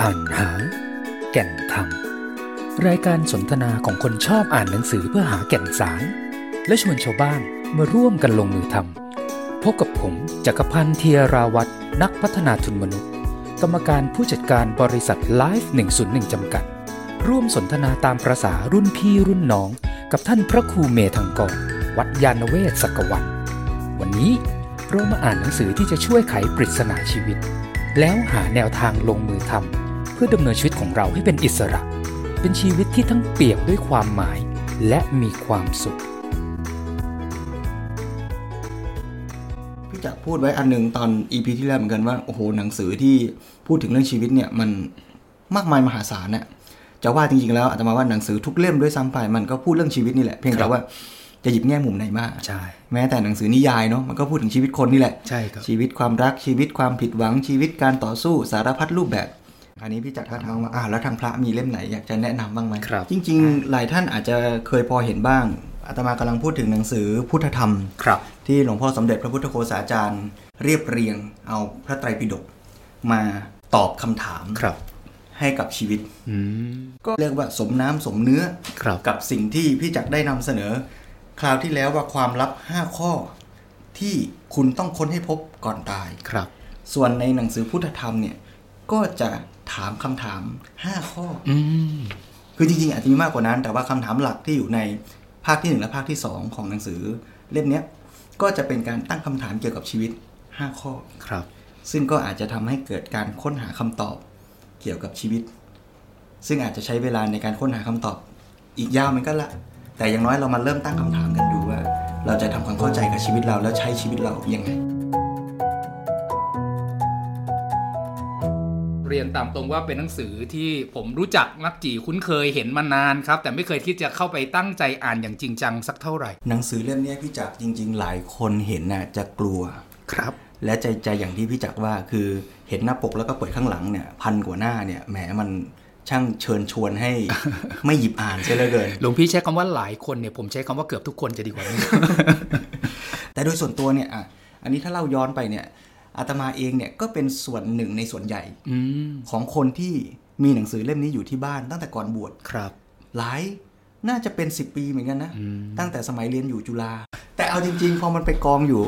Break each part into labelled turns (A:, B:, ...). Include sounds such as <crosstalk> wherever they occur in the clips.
A: อ่านหา แก่นธรรม รายการสนทนาของคนชอบอ่านหนังสือเพื่อหาแก่นสาร และชวนชาวบ้านมาร่วมกันลงมือทำพบกับผมจักรพันธ์เทียราวัตรนักพัฒนาทุนมนุษย์ กรรมการผู้จัดการบริษัทไลฟ์101 จำกัด ร่วมสนทนาตามประษารุ่นพี่รุ่นน้อง กับท่านพระครูเมธังกรวัดยาณเวศกวัน วันนี้เรามาอ่านหนังสือที่จะช่วยไขปริศนาชีวิต แล้วหาแนวทางลงมือทำเพื่อดำเนินชีวิตของเราให้เป็นอิสระ เป็นชีวิตที่ทั้งเปี่ยมด้วยความหมาย และมีความสุข
B: พี่จักรพูดไว้อันหนึ่งตอนอีพีที่แล้วเหมือนกันว่าโอ้โหหนังสือที่พูดถึงเรื่องชีวิตเนี่ยมันมากมายมหาศาลเนี่ยจะว่าจริงๆแล้วอาตมาว่าหนังสือทุกเล่มด้วยซ้ำไปมันก็พูดเรื่องชีวิตนี่แหละเพียง
A: ครั
B: แต่
A: บ
B: ว่าจะหยิบแง่มุมไหนมา
A: ใช่
B: แม้แต่หนังสือนิยายเนาะมันก็พูดถึงชีวิตคนนี่แหละ
A: ใช่ครับ
B: ชีวิตความรักชีวิตความผิดหวังชีวิตการต่อสู้สารพัดรูปแบบ อันนี้พี่จักรท่านเอามาอ่าแล้วทางพระมีเล่มไหนอยากจะแนะนำบ้างไหม
A: ครับ
B: จริง ๆ หลายท่านอาจจะเคยพอเห็นบ้างอาตมากำลังพูดถึงหนังสือพุทธธรรม
A: ครับ
B: ที่หลวงพ่อสมเด็จพระพุทธโฆษาจารย์ เรียบเรียงเอาพระไตรปิฎกมาตอบคำถาม
A: ครับ
B: ให้กับชีวิต
A: อืม
B: ก็เรียกว่าสมน้ำสมเนื้อ
A: ครับ
B: กับสิ่งที่พี่จักรได้นำเสนอ คราวที่แล้วว่าความลับ 5 ข้อ ที่คุณต้องค้นให้พบก่อนตาย
A: ครับ
B: ส่วนในหนังสือพุทธธรรมเนี่ยก็จะถามคำถาม 5 ข้อ
A: อืม
B: คือจริงๆอาจจะมีมากกว่านั้น แต่ว่าคำถามหลักที่อยู่ในภาคที่หนึ่งและภาคที่สองของหนังสือเล่มเนี้ยก็จะเป็นการตั้งคำถามเกี่ยวกับชีวิต 5 ข้อ
A: ครับ
B: ซึ่งก็อาจจะทำให้เกิดการค้นหาคำตอบเกี่ยวกับชีวิต ซึ่งอาจจะใช้เวลาในการค้นหาคำตอบ อีกยาวมันก็ละ แต่อย่างน้อยเรามาเริ่มตั้งคำถามกันดูว่า เราจะทำความเข้าใจกับชีวิตเราแล้วใช้ชีวิตเรายังไง
C: เรียนตามตรงว่าเป็นหนังสือที่ผมรู้จักมักจีคุ้นเคยเห็นมานานครับ แต่ไม่เคยที่จะเข้าไปตั้งใจอ่านอย่างจริงจังสักเท่าไหร่
B: หนังสือเล่มเนี้ยพี่จักรจริง ๆ หลายคนเห็นน่ะจะกลัว
C: ครับ
B: และใจใจอย่างที่พี่จักรว่าคือเห็นหน้าปกแล้วก็เปิดข้างหลังเนี่ยพันกว่าหน้าเนี่ยแหมมันช่างเชิญชวนให้ ไม่หยิบอ่านใช่เหลือเกิน
C: หลวงพี่ใช้คำว่าหลายคนเนี่ยผมใช้คำว่าเกือบทุกคนจะดีกว่า
A: <laughs>
B: แต่โดยส่วนตัวเนี่ยอ่ะอันนี้ถ้าเล่าย้อนไปเนี่ยอาตมาเองเนี่ยก็เป็นส่วนหนึ่งในส่วนใหญ่
C: อืม
B: ของคนที่มีหนังสือเล่มนี้อยู่ที่บ้านตั้งแต่ก่อนบวช
C: ครับ
B: หลายน่าจะเป็น 10 ปีเหมือนกันนะ ตั้งแต่สมัยเรียนอยู่จุฬาแต่เอาจริง ๆ พอมันไปกองอยู่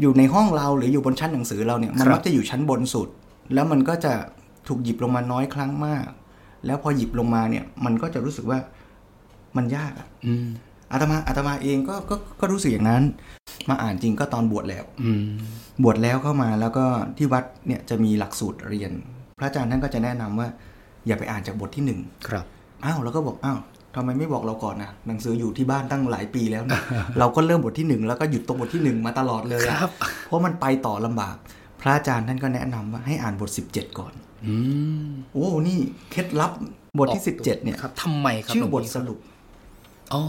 B: อยู่ในห้องเราหรืออยู่บนชั้นหนังสือเราเนี่ยมัน
C: ครับ
B: มักจะอยู่ชั้นบนสุด แล้วมันก็จะถูกหยิบลงมาน้อยครั้งมาก แล้วพอหยิบลงมาเนี่ยมันก็จะรู้สึกว่ามันยากอะ
C: อืม
B: อาตมาอาตมาเองก็ก็ก็รู้สึกอย่างนั้น มาอ่านจริงก็ตอนบวชแล้ว
C: อืม
B: บวชแล้วเข้ามาแล้วก็ที่วัดเนี่ยจะมีหลักสูตรเรียน พระอาจารย์ท่านก็จะแนะนำว่า อย่าไปอ่านจากบทที่หนึ่ง
C: ครับ
B: อ้าวแล้วก็บอกอ้าวทำไมไม่บอกเราก่อนนะหนังสืออยู่ที่บ้านตั้งหลายปีแล้ว
C: <laughs>
B: นะ เราก็เริ่มบทที่หนึ่งแล้วก็หยุดตรงบทที่หนึ่งมาตลอดเลยอะเพราะมันไปต่อลำบาก พระอาจารย์ท่านก็แนะนำว่าให้อ่านบท 17 ก่อน
C: อืม
B: โอ้นี่เคล็ดลับบทที่ 17เนี่ย
C: ครับทำไมครับ
B: ชื่อ
C: หลวง
B: บท
C: พี่
B: สรุป
C: อ๋อ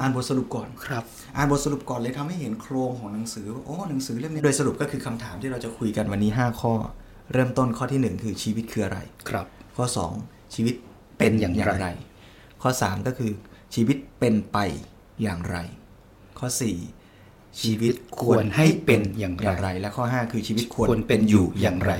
B: อ่านบทสรุปก่อน
C: ครับ
B: อ่านบทสรุปก่อนเลยทำให้เห็นโครงของหนังสือว่าโอ้หนังสือเล่มนี้โดยสรุปก็คือคำถามที่เราจะคุยกันวันนี้ 5 ข้อ เริ่มต้นข้อทีหนึ่1 คือชีวิตคืออะไร
C: ครับ
B: ข้อ 2 ชีวิตเป็นอย่าง
C: เป็นอย่าง
B: ไร
C: ไร
B: ข้อ 3 ก็คือชีวิตเป็นไปอย่างไร ข้อ 4 ชีวิตควรให้เป็นอย่างไร และข้อ 5 คือชีวิตควร
C: ควรเป็นอยู่อย่างไร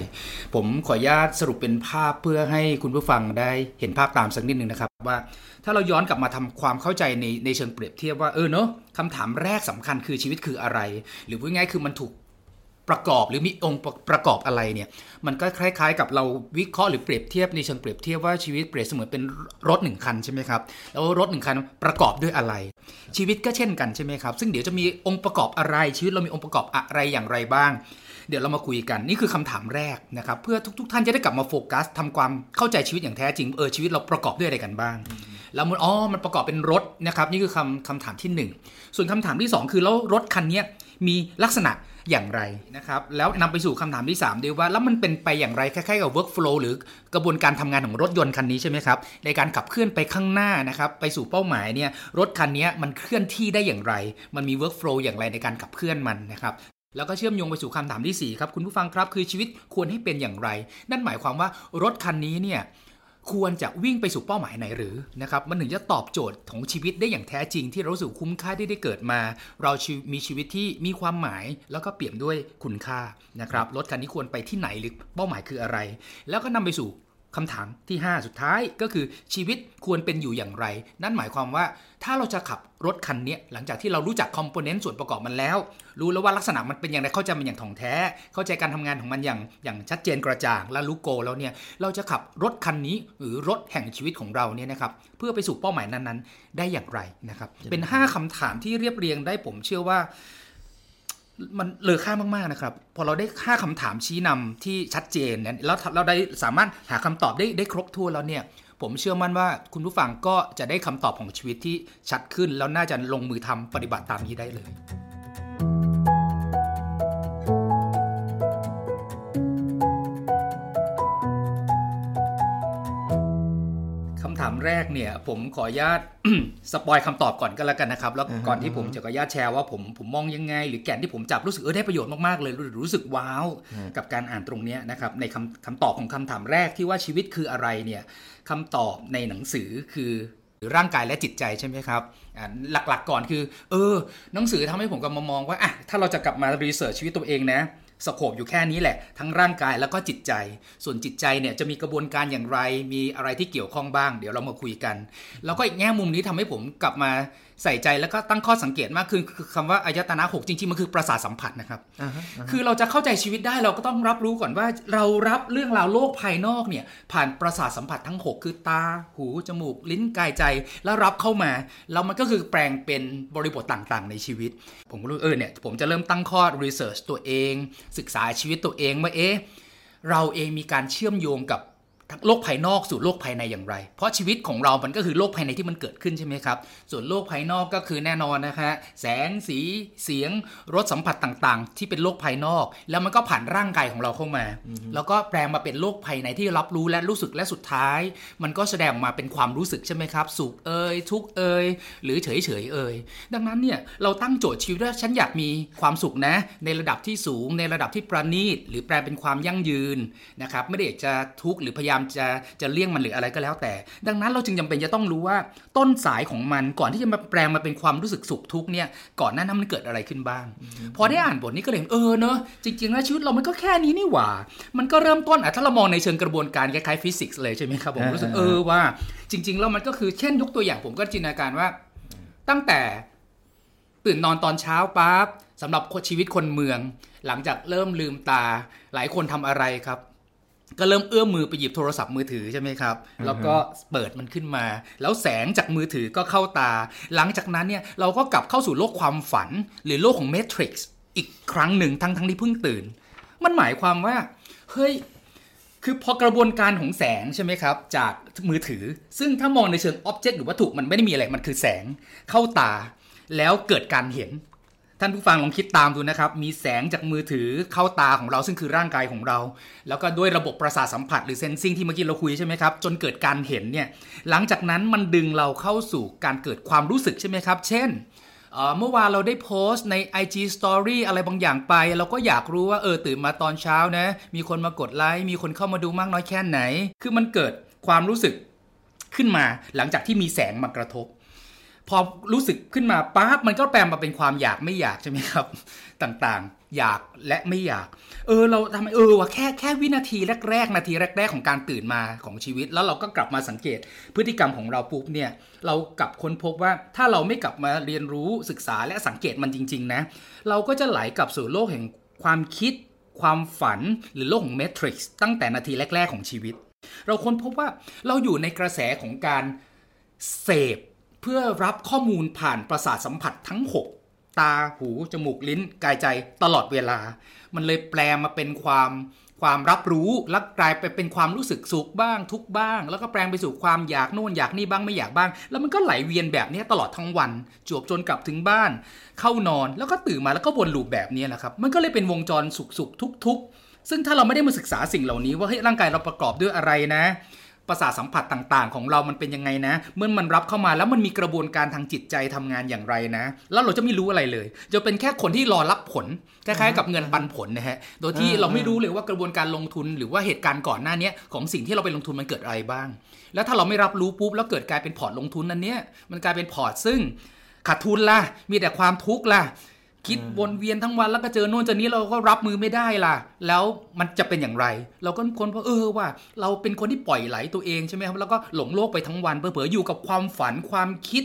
C: ผมขออนุญาตสรุปเป็นภาพเพื่อให้คุณผู้ฟังได้เห็นภาพตามสักนิดนึงนะครับว่า ถ้าเราย้อนกลับมาทำความเข้าใจในในเชิงเปรียบเทียบว่าเออเนอะคำถามแรกสำคัญคือชีวิตคืออะไร หรือพูดง่ายๆคือมันถูกประกอบหรือมีองค์ประกอบอะไรเนี่ย มันก็คล้าย ๆ กับเราวิเคราะห์หรือเปรียบเทียบในเชิงเปรียบเทียบว่าชีวิตเปรียบเสมือนเป็นรถหนึ่งคันใช่ไหมครับแล้วรถหนึ่งคันประกอบด้วยอะไร ชีวิตก็เช่นกันใช่ไหมครับ ซึ่งเดี๋ยวจะมีองค์ประกอบอะไร ชีวิตเรามีองค์ประกอบอะไรอย่างไรบ้าง เดี๋ยวเรามาคุยกันนี่คือคำถามแรกนะครับ เพื่อทุก ๆ ท่านจะได้กลับมาโฟกัสทำความเข้าใจชีวิตอย่างแท้จริงเออชีวิตเราประกอบด้วยอะไรกันบ้าง แล้วมันอ๋อมันประกอบเป็นรถนะครับ นี่คือคำคำถามที่หนึ่งส่วนคำถามที่สองคือแล้วรถคันเนี้ยมีลักษณะอย่างไรนะครับแล้วนำไปสู่คำถามที่สามด้วยว่าแล้วมันเป็นไปอย่างไรคล้ายๆกับ workflow หรือกระบวนการทำงานของรถยนต์คันนี้ใช่ไหมครับในการขับเคลื่อนไปข้างหน้านะครับไปสู่เป้าหมายเนี่ยรถคันเนี้ยมันเคลื่อนที่ได้อย่างไร มันมี workflow อย่างไรในการขับเคลื่อนมันนะครับ แล้วก็เชื่อมโยงไปสู่คำถามทีสี่4ครับคุณผู้ฟังครับคือชีวิตควรให้เป็นอย่างไร นั่นหมายความว่ารถคันนี้เนี่ยควรจะวิ่งไปสู่เป้าหมายไหนหรือนะครับมันถึงจะตอบโจทย์ของชีวิตได้อย่างแท้จริง ที่เรารู้สึกคุ้มค่าที่ได้เกิดมา เราชีวิตมีชีวิตที่มีความหมาย แล้วก็เปี่ยมด้วยคุณค่านะครับรถคันนี้ควรไปที่ไหนหรือเป้าหมายคืออะไร แล้วก็นำไปสู่ คำถามที่ 5 สุดท้ายก็คือชีวิตควรเป็นอยู่อย่างไร นั่นหมายความว่าถ้าเราจะขับรถคันเนี้ยหลังจากที่เรารู้จักคอมโพเนนต์ส่วนประกอบมันแล้ว รู้แล้วว่าลักษณะมันเป็นอย่างไรเข้าใจมันอย่างถ่องแท้ เข้าใจการทำงานของมันอย่างอย่างชัดเจนกระจ่างและรู้โกลแล้วเนี่ยเราจะขับรถคันนี้หรือรถแห่งชีวิตของเราเนี่ยนะครับเพื่อไปสู่เป้าหมายนั้นๆ ได้อย่างไรนะครับเป็น 5คำถามที่เรียบเรียงได้ผมเชื่อว่า มันเลอค่ามากๆนะครับ พอเราได้ค่าคำถามชี้นำที่ชัดเจนเนี่ยแล้วเราได้สามารถหาคำตอบได้ได้ครบถ้วนแล้วเนี่ย ผมเชื่อมั่นว่าคุณผู้ฟังก็จะได้คำตอบของชีวิตที่ชัดขึ้น แล้วน่าจะลงมือทำปฏิบัติตามนี้ได้เลย คำถามแรกเนี่ยผมขออนุญาต <coughs> สปอยคำตอบก่อนก็แล้วกันนะครับ แล้ว
B: อ่าฮะ
C: ก่อนที่ผมจะขออนุญาตแชร์ว่าผมผมมองยังไง หรือแก่นที่ผมจับรู้สึกเออได้ประโยชน์มากๆเลยรู้รู้สึกว้าวกับการอ่านตรงเนี้ยนะครับในคำคำตอบของคำถามแรกที่ว่าชีวิตคืออะไรเนี่ยคำตอบในหนังสือคือร่างกายและจิตใจใช่ไหมครับอ่าหลักๆก่อนคือ เออ หนังสือทำให้ผมกลับมามองว่าอ่ะถ้าเราจะกลับมารีเสิร์ชชีวิตตัวเองนะ สโคบอยู่แค่นี้แหละ ทั้งร่างกายแล้วก็จิตใจ ส่วนจิตใจเนี่ยจะมีกระบวนการอย่างไร มีอะไรที่เกี่ยวข้องบ้าง เดี๋ยวเรามาคุยกัน แล้วก็อีกแง่มุมนี้ทำให้ผมกลับมาใส่ใจแล้วก็ตั้งข้อสังเกตมากขึ้นคือคำว่าอายตนะหกจริงๆ มันคือประสาทสัมผัสนะครับ
B: อ่าฮะอ่าฮะ
C: คือเราจะเข้าใจชีวิตได้เราก็ต้องรับรู้ก่อนว่าเรารับเรื่องราวโลกภายนอกเนี่ยผ่านประสาทสัมผัสทั้ง 6 คือตา หู จมูก ลิ้นกายใจ แล้วรับเข้ามา แล้วมันก็คือแปลงเป็นบริบทต่างๆ ในชีวิต ผมก็รู้เออเนี่ยผมจะเริ่มตั้งข้อรีเสิร์ชตัวเอง ศึกษาชีวิตตัวเองว่าเอ๊ะ เราเองมีการเชื่อมโยงกับโลกภายนอกสู่โลกภายในอย่างไร เพราะชีวิตของเรา มันก็คือโลกภายในที่มันเกิดขึ้นใช่ไหมครับ ส่วนโลกภายนอกก็คือแน่นอนนะฮะ แสงสี เสียง รสสัมผัสต่างๆ ที่เป็นโลกภายนอก แล้วมันก็ผ่านร่างกายของเราเข้ามา แล้วก็แปลงมาเป็นโลกภายในที่รับรู้และรู้สึกและสุดท้าย มันก็แสดงออกมาเป็นความรู้สึกใช่ไหมครับ สุขเอ่ย ทุกข์เอ่ย หรือเฉยเฉยๆเอ่ย ดังนั้นเนี่ย เราตั้งโจทย์ชีวิตว่าฉันอยากมีความสุขนะ ในระดับที่สูง ในระดับที่ประณีต หรือแปลเป็นความยั่งยืนนะครับ ไม่ได้อยากจะทุกข์หรือพยายามจะจะเลี่ยงมันหรืออะไรก็แล้วแต่ ดังนั้นเราจึงจำเป็นจะต้องรู้ว่าต้นสายของมันก่อนที่จะมาแปลงมาเป็นความรู้สึกสุขทุกข์เนี่ย ก่อนหน้านั้นมันเกิดอะไรขึ้นบ้าง พอได้อ่านบทนี้ก็เลยเห็นเออเนอะจริงๆแล้วชีวิตเรามันก็แค่นี้นี่หว่า มันก็เริ่มต้นอ่ะถ้าเรามองในเชิงกระบวนการคล้ายๆฟิสิกส์เลยใช่ไหมครับผมรู้สึกเออว่า จริง ๆ แล้วมันก็คือเช่นยกตัวอย่างผมก็จินตนาการว่า ตั้งแต่ตื่นนอนตอนเช้าปั๊บสำหรับคนชีวิตคนเมือง หลังจากเริ่มลืมตา หลายคนทำอะไรครับ ก็เริ่มเอื้อมมือไปหยิบโทรศัพท์มือถือใช่ไหมครับ แล้วก็เปิดมันขึ้นมา แล้วแสงจากมือถือก็เข้าตา หลังจากนั้นเนี่ยเราก็กลับเข้าสู่โลกความฝัน หรือโลกของเมทริกซ์อีกครั้งหนึ่งทั้งทั้งที่เพิ่งตื่น มันหมายความว่า เฮ้ย คือพอกระบวนการของแสงใช่ไหมครับ จากมือถือ ซึ่งถ้ามองในเชิงอ็อบเจกต์หรือวัตถุมันไม่ได้มีอะไร มันคือแสงเข้าตา แล้วเกิดการเห็น ท่านผู้ฟังลองคิดตามดูนะครับ มีแสงจากมือถือเข้าตาของเราซึ่งคือร่างกายของเรา แล้วก็ด้วยระบบประสาทสัมผัสหรือเซนซิงที่เมื่อกี้เราคุยใช่ไหมครับ จนเกิดการเห็นเนี่ย หลังจากนั้นมันดึงเราเข้าสู่การเกิดความรู้สึกใช่ไหมครับ เช่น เอ่อเมื่อวานเราได้โพสต์ใน IG Story อะไรบางอย่างไป เราก็อยากรู้ว่าเออตื่นมาตอนเช้านะ มีคนมากดไลค์ มีคนเข้ามาดูมากน้อยแค่ไหน คือมันเกิดความรู้สึกขึ้นมาหลังจากที่มีแสงมากระทบ พอรู้สึกขึ้นมาปั๊บมันก็แปลงมาเป็นความอยากไม่อยากใช่ไหมครับ <laughs> ต่างๆ อยากและไม่อยาก เออเราทำไมเออว่ะแค่แค่วินาทีแรกๆ นาทีแรก ๆ ของการตื่นมาของชีวิต แล้วเราก็กลับมาสังเกต พฤติกรรมของเราปุ๊บเนี่ย เรากลับค้นพบว่าถ้าเราไม่กลับมาเรียนรู้ศึกษาและสังเกตมันจริง ๆ นะ เราก็จะไหลกลับสู่โลกแห่งความคิด ความฝันหรือโลกของเมทริกซ์ตั้งแต่นาทีแรก ๆ ของชีวิต เราค้นพบว่าเราอยู่ในกระแสของการ เสพเพื่อรับข้อมูลผ่านประสาทสัมผัสทั้ง 6 ตาหู จมูกลิ้น กายใจตลอดเวลา มันเลยแปลมาเป็นความความรับรู้แล้วกลายไปเป็นความรู้สึกสุขบ้างทุกข์บ้าง แล้วก็แปลงไปสู่ความอยากโน่นอยากนี่บ้างไม่อยากบ้าง แล้วมันก็ไหลเวียนแบบเนี้ยตลอดทั้งวัน จวบจนกลับถึงบ้าน เข้านอนแล้วก็ตื่นมาแล้วก็วนลูปแบบเนี้ยแหละครับมันก็เลยเป็นวงจรสุขสุขทุกข์ทุกข์ซึ่งถ้าเราไม่ได้มาศึกษาสิ่งเหล่านี้ว่าเฮ้ยร่างกายเราประกอบด้วยอะไรนะ ประสาทสัมผัสต่างๆ ของเรามันเป็นยังไงนะ เมื่อมันรับเข้ามาแล้วมันมีกระบวนการทางจิตใจทำงานอย่างไรนะ แล้วเราจะไม่รู้อะไรเลย จะเป็นแค่คนที่รอรับผลคล้ายๆกับเงินปันผลนะฮะ โดยที่เราไม่รู้เลยว่ากระบวนการลงทุนหรือว่าเหตุการณ์ก่อนหน้าเนี้ยของสิ่งที่เราไปลงทุนมันเกิดอะไรบ้าง แล้วถ้าเราไม่รับรู้ปุ๊บแล้วเกิดกลายเป็นพอร์ตลงทุนนั้นเนี้ยมันกลายเป็นพอร์ตซึ่งขาดทุนล่ะมีแต่ความทุกข์ล่ะ คิดวนเวียนทั้งวันแล้วก็เจอโน่นเจอนี้เราก็รับมือไม่ได้ล่ะ แล้วมันจะเป็นอย่างไร เราก็ค้นพบเออว่า เราเป็นคนที่ปล่อยไหลตัวเองใช่ไหมครับแล้วก็หลงโลกไปทั้งวันเผลอๆอยู่กับความฝันความคิด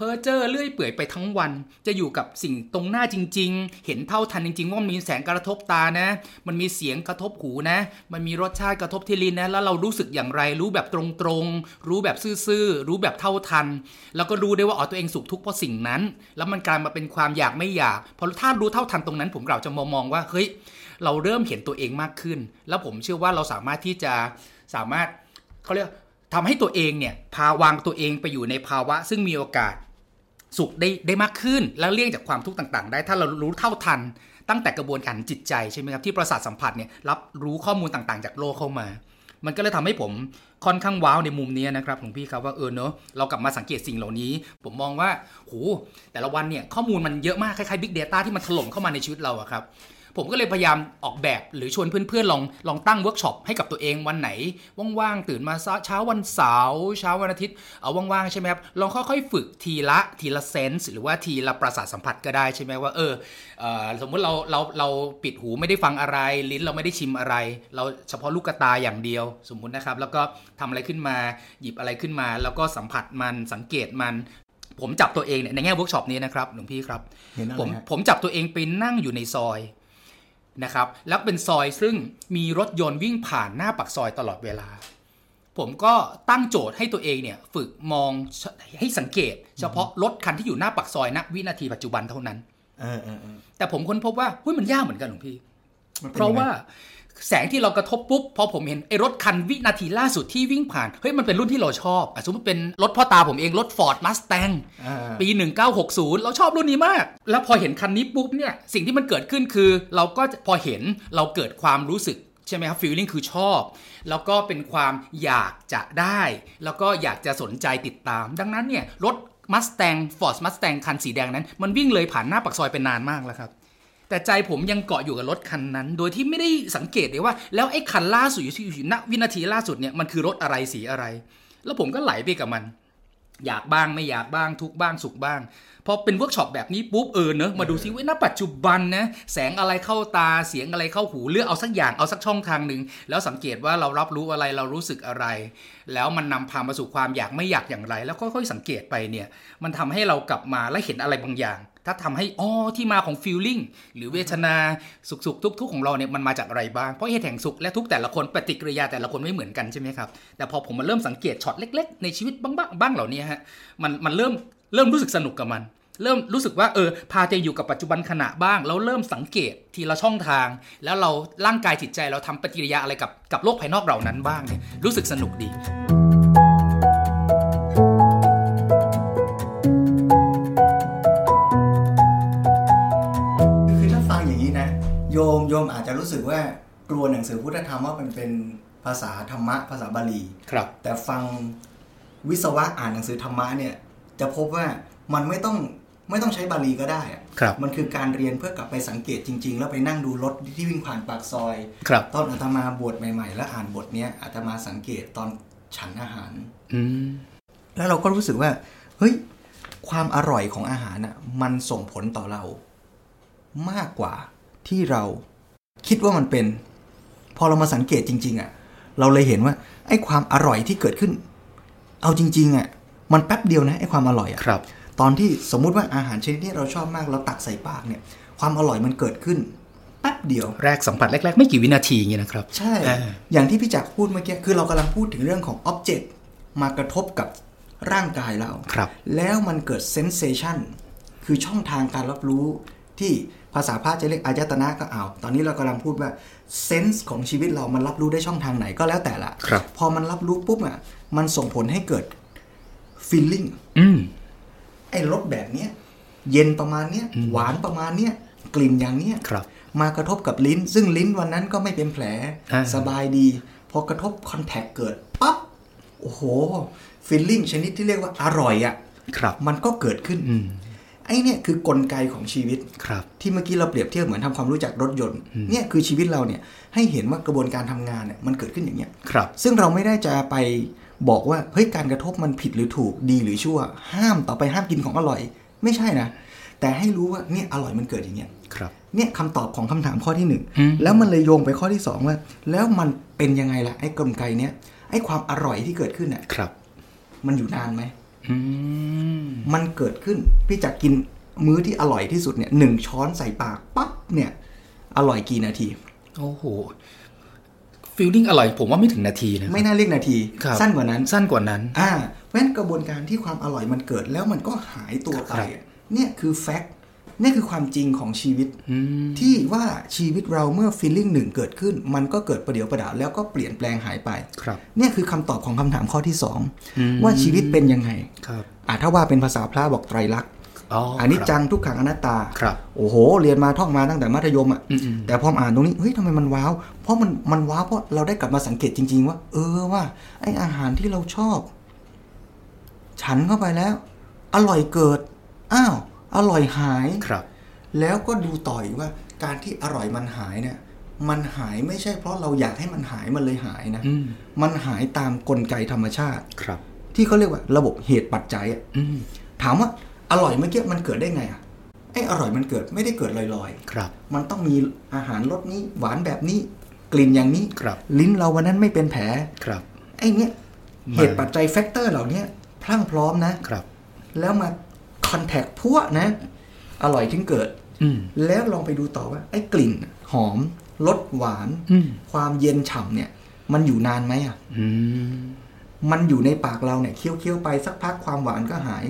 C: เพอเจอเลื่อยเปื่อยไปทั้งวัน จะอยู่กับสิ่งตรงหน้าจริง ๆ เห็นเท่าทันจริงๆว่ามันมีแสงกระทบตานะ มันมีเสียงกระทบหูนะ มันมีรสชาติกระทบที่ลิ้นนะ แล้วเรารู้สึกอย่างไร รู้แบบตรงๆ รู้แบบซื่อๆ รู้แบบเท่าทัน แล้วก็รู้ได้ว่าอ๋อตัวเองสุขทุกข์เพราะสิ่งนั้น แล้วมันกลายมาเป็นความอยากไม่อยากพอถ้ารู้เท่าทันตรงนั้น ผมเราจะมองมองว่าเฮ้ยเราเริ่มเห็นตัวเองมากขึ้น แล้วผมเชื่อว่าเราสามารถที่จะสามารถเขาเรียกทำให้ตัวเองเนี่ยพาวางตัวเองไปอยู่ในภาวะ ซึ่งมีโอกาส สุขได้ได้มากขึ้น แล้วเลี่ยงจากความทุกข์ต่างๆ ได้ถ้าเรารู้เท่าทัน ตั้งแต่กระบวนการจิตใจใช่ไหมครับที่ประสาทสัมผัสเนี่ยรับรู้ข้อมูลต่างๆ จากโลกเข้ามา มันก็เลยทำให้ผมค่อนข้างว้าวในมุมเนี้ยนะครับหลวงพี่ครับว่าเออเนอะเรากลับมาสังเกตสิ่งเหล่านี้ ผมมองว่าโหแต่ละวันเนี่ยข้อมูลมันเยอะมากคล้ายๆ Big Data ที่มันถล่มเข้ามาในชีวิตเราอะครับ ผมก็เลยพยายามออกแบบหรือชวนเพื่อนๆลองลองตั้งเวิร์กช็อปให้กับตัวเองวันไหน ว่างๆตื่นมาเช้าเช้าวันเสาร์เช้าวันอาทิตย์เอาว่างๆใช่ไหมครับลองค่อยๆฝึกทีละทีละเซนส์หรือว่าทีละประสาทสัมผัสก็ได้ใช่ไหมว่าเออเอ่อสมมุติเราเราเราปิดหูไม่ได้ฟังอะไร ลิ้นเราไม่ได้ชิมอะไร เราเฉพาะลูกตาอย่างเดียว สมมุตินะครับ แล้วก็ทำอะไรขึ้นมาหยิบอะไรขึ้นมา แล้วก็สัมผัสมันสังเกตมัน ผมจับตัวเองเนี่ยในแง่เวิร์กช็อปนี้นะครับหลวงพี่ครับ
B: เห็นอะไร
C: ผม
B: ฮะ
C: ผมจับตัวเองไปนั่งอยู่ในซอยนะครับ แล้วเป็นซอยซึ่งมีรถยนต์วิ่งผ่านหน้าปากซอยตลอดเวลา ผมก็ตั้งโจทย์ให้ตัวเองเนี่ยฝึกมองให้สังเกต เฉพาะรถคันที่อยู่หน้าปากซอยณวินาทีปัจจุบันเท่านั้น
B: เออเออเออ
C: แต่ผมค้นพบว่าหุ้ยมันยากเหมือนกันหลวงพี่
B: มันป็น
C: เพราะ
B: ยังไง
C: ว่าแสงที่เรากระทบปุ๊บพอผมเห็นไอ้รถคันวินาทีล่าสุดที่วิ่งผ่านเฮ้ยมันเป็นรุ่นที่เราชอบอ่ะสมมติเป็นรถพ่อตาผมเองรถ Ford Mustang
B: อ่า
C: ปี 1960 เราชอบรุ่นนี้มาก แล้วพอเห็นคันนี้ปุ๊บเนี่ย สิ่งที่มันเกิดขึ้นคือ เราก็จะพอเห็นเราเกิดความรู้สึก ใช่ไหมครับฟีลลิ่งคือชอบ แล้วก็เป็นความอยากจะได้ แล้วก็อยากจะสนใจติดตาม ดังนั้นเนี่ย รถมัสแตงฟอร์ดมัสแตงคันสีแดงนั้น มันวิ่งเลยผ่านหน้าปากซอยเป็นนานมากแล้วครับ แต่ใจผมยังเกาะอยู่กับรถคันนั้น โดยที่ไม่ได้สังเกตเลยว่า แล้วไอ้คันล่าสุดอยู่ที่อยู่ณวินาทีล่าสุดเนี่ยมันคือรถอะไรสีอะไร แล้วผมก็ไหลไปกับมัน อยากบ้างไม่อยากบ้างทุกข์บ้างสุขบ้างพอเป็นเวิร์กช็อปแบบนี้ปุ๊บเออเนอะมาดูซิเว้ยณปัจจุบันนะแสงอะไรเข้าตาเสียงอะไรเข้าหูเลือกเอาสักอย่างเอาสักช่องทางหนึ่งแล้วสังเกตว่าเรารับรู้อะไรเรารู้สึกอะไร แล้วมันนำพามาสู่ความอยากไม่อยากอย่างไร แล้วค่อยๆสังเกตไปเนี่ย มันทำให้เรากลับมาและเห็นอะไรบางอย่าง ถ้าทำให้อ๋อที่มาของฟีลลิ่งหรือเวทนาสุขสุขทุกทุกๆของเราเนี่ยมันมาจากอะไรบ้างเพราะเหตุแห่งสุขและทุกข์แต่ละคนปฏิกิริยาแต่ละคนไม่เหมือนกันใช่ไหมครับแต่พอผมมาเริ่มสังเกตช็อตเล็ก ๆ ในชีวิตบ้างๆบ้างเหล่านี้ฮะมันมันเริ่มเริ่มรู้สึกสนุกกับมัน เริ่มรู้สึกว่าเออพาใจอยู่กับปัจจุบันขณะบ้าง แล้วเริ่มสังเกตทีละช่องทาง แล้วเราร่างกายจิตใจเราทำปฏิกิริยาอะไรกับกับโลกภายนอกเหล่านั้นบ้างเนี่ยรู้สึกสนุกดี
B: คือถ้าฟังอย่างนี้นะ โยมโยมอาจจะรู้สึกว่ากลัวหนังสือพุทธธรรมว่ามันเป็นภาษาธรรมะภาษาบาลี
C: ครับ
B: แต่ฟังวิศวะอ่านหนังสือธรรมะเนี่ย จะพบว่ามันไม่ต้องไม่ต้องใช้บาลีก็ได้อะ
C: ครับ
B: มันคือการเรียนเพื่อกลับไปสังเกตจริง ๆ แล้วไปนั่งดูรถที่วิ่งผ่านปากซอย
C: ครับ
B: ตอนอาตมาบวชใหม่ ๆ แล้วอ่านบทเนี้ยอาตมาสังเกตตอนฉันอาหาร
C: อืม
B: แล้วเราก็รู้สึกว่า เฮ้ย ความอร่อยของอาหารน่ะ มันส่งผลต่อเรา มากกว่าที่เราคิดว่ามันเป็น พอเรามาสังเกตจริง ๆ อ่ะ เราเลยเห็นว่า ไอ้ความอร่อยที่เกิดขึ้น เอาจริง ๆ อ่ะ มันแป๊บเดียวนะไอ้ความอร่อยอ่ะ
C: ครับ
B: ตอนที่สมมุติว่าอาหารชนิดที่เราชอบมากเราตักใส่ปากเนี่ย ความอร่อยมันเกิดขึ้น แป๊บเดียว
C: แรกสัมผัสแรก ๆ ไม่กี่วินาทีอย่างเงี้ยนะครับ
B: ใช่
C: อ่า
B: อย่างที่พี่จักรพูดเมื่อกี้ คือเรากำลังพูดถึงเรื่องของอ็อบเจกต์มากระทบกับร่างกายเรา
C: ครับ
B: แล้วมันเกิดเซนเซชันคือช่องทางการรับรู้ที่ภาษาพระจะเรียกอายตนะก็เอา ตอนนี้เรากำลังพูดว่าเซนส์ของชีวิตเรามันรับรู้ได้ช่องทางไหนก็แล้วแต่ละ
C: ครับ
B: พอมันรับรู้ปุ๊บอ่ะ มันส่งผลให้เกิดฟีลลิ่ง
C: อืม
B: ไอ้รสแบบเนี้ยเย็นประมาณเนี้ยหวานประมาณเนี้ยกลิ่นอย่างเนี้ย
C: ครับ
B: มากระทบกับลิ้น ซึ่งลิ้นวันนั้นก็ไม่เป็นแผล
C: อ่า
B: สบายดี พอกระทบคอนแทคเกิดปั๊บโอ้โหฟิลลิ่งชนิดที่เรียกว่าอร่อยอะ่ะ
C: ครับ
B: มันก็เกิดขึ้น
C: อืม
B: ไอ้เนี่ยคือกลไกของชีวิต
C: ครับ
B: ที่เมื่อกี้เราเปรียบเทียบเหมือนทำความรู้จักรถยนต์เนี่ยคือชีวิตเราเนี่ยให้เห็นว่ากระบวนการทำงานเนี่ยมันเกิดขึ้นอย่างเนี้ย
C: ครับ
B: ซึ่งเราไม่ได้จะไปบอกว่าเฮ้ยการกระทบมันผิดหรือถูกดีหรือชั่ว ห้ามต่อไปห้ามกินของอร่อย ไม่ใช่นะ แต่ให้รู้ว่าเนี่ยอร่อยมันเกิดอย่างเงี้ย
C: ครับ
B: เนี่ยคำตอบของคำถามข้อที่หนึ่ง
C: อืม
B: แล้วมันเลยโยงไปข้อที่สองว่า แล้วมันเป็นยังไงล่ะไอ้กลไกเนี้ยไอ้ความอร่อยที่เกิดขึ้นน่ะ
C: ครับ
B: มันอยู่นานไหม
C: อืม
B: มันเกิดขึ้น พี่จักรกินมื้อที่อร่อยที่สุดเนี่ยหนึ่งช้อนใส่ปากปั๊บเนี่ยอร่อยกี่นาที
C: โอ้โหฟิลลิ่งอร่อยผมว่าไม่ถึงนาทีนะ
B: ไม่น่าเรียกนาที
C: ครับ
B: สั้นกว่านั้น
C: สั้นกว่านั้น
B: อ่าเพราะฉะนั้นกระบวนการที่ความอร่อยมันเกิดแล้วมันก็หายตัวไป
C: ครับ
B: เนี่ยคือแฟกต์เนี่ยคือความจริงของชีวิต
C: อืม
B: ที่ว่าชีวิตเราเมื่อฟีลลิ่งหนึ่งเกิดขึ้น มันก็เกิดประเดี๋ยวประดาวแล้วก็เปลี่ยนแปลงหายไป
C: ครับ
B: เนี่ยคือคำตอบของคำถามข้อที่สอง
C: อืม
B: ว่าชีวิตเป็นยังไง
C: ครับ
B: อ่าถ้าว่าเป็นภาษาพระบอกไตรลักษณ์
C: อ๋อ
B: อั
C: อั
B: นนี้จังทุกขังอนัตตา
C: ครับ
B: โอ้โห เรียนมาท่องมาตั้งแต่มัธยม
C: อืม
B: อะ่ะ แต่พอมาอ่านตรงนี้ เฮ้ยทำไมมันว้าว เพราะมันมันว้าวเพราะเราได้กลับมาสังเกตจริง ๆ ว่า เออว่า ไออาหารที่เราชอบ ฉันเข้าไปแล้ว อร่อยเกิด อ้าว อร่อยหาย
C: ครับ
B: แล้วก็ดูต่อยว่า การที่อร่อยมันหายเนี่ย มันหายไม่ใช่เพราะเราอยากให้มันหายมันเลยหายนะ
C: อืม
B: มันหายตามกลไกธรรมชาติ
C: ครับ
B: ที่เขาเรียกว่าระบบเหตุปัจจัยอะ
C: อืม
B: ถามว่าอร่อยเมื่อกี้มันเกิดได้ไงอะ่ะ ไออร่อยมันเกิดไม่ได้เกิดลอยๆ
C: ครับ
B: มันต้องมีอาหารรสนี้หวานแบบนี้ กลิ่นอย่างนี้
C: ครับ
B: ลิ้นเราวันนั้นไม่เป็นแผล
C: ครับ
B: ไอ้เนี้ย
C: มา
B: เหตุปัจจัยแฟกเตอร์เหล่าเนี้ยพรั่งพร้อมนะ
C: ครับ
B: แล้วมาคอนแทคพัวนะ อร่อยถึงเกิด
C: อืม
B: แล้วลองไปดูต่อว่า ไอ้กลิ่นหอมรสหวาน
C: อืม
B: ความเย็นฉ่ำเนี่ย มันอยู่นานไหมอ่ะ
C: อืม
B: มันอยู่ในปากเราเนี่ยเคี้ยวเคี้ยวๆไปสักพักความหวานก็หาย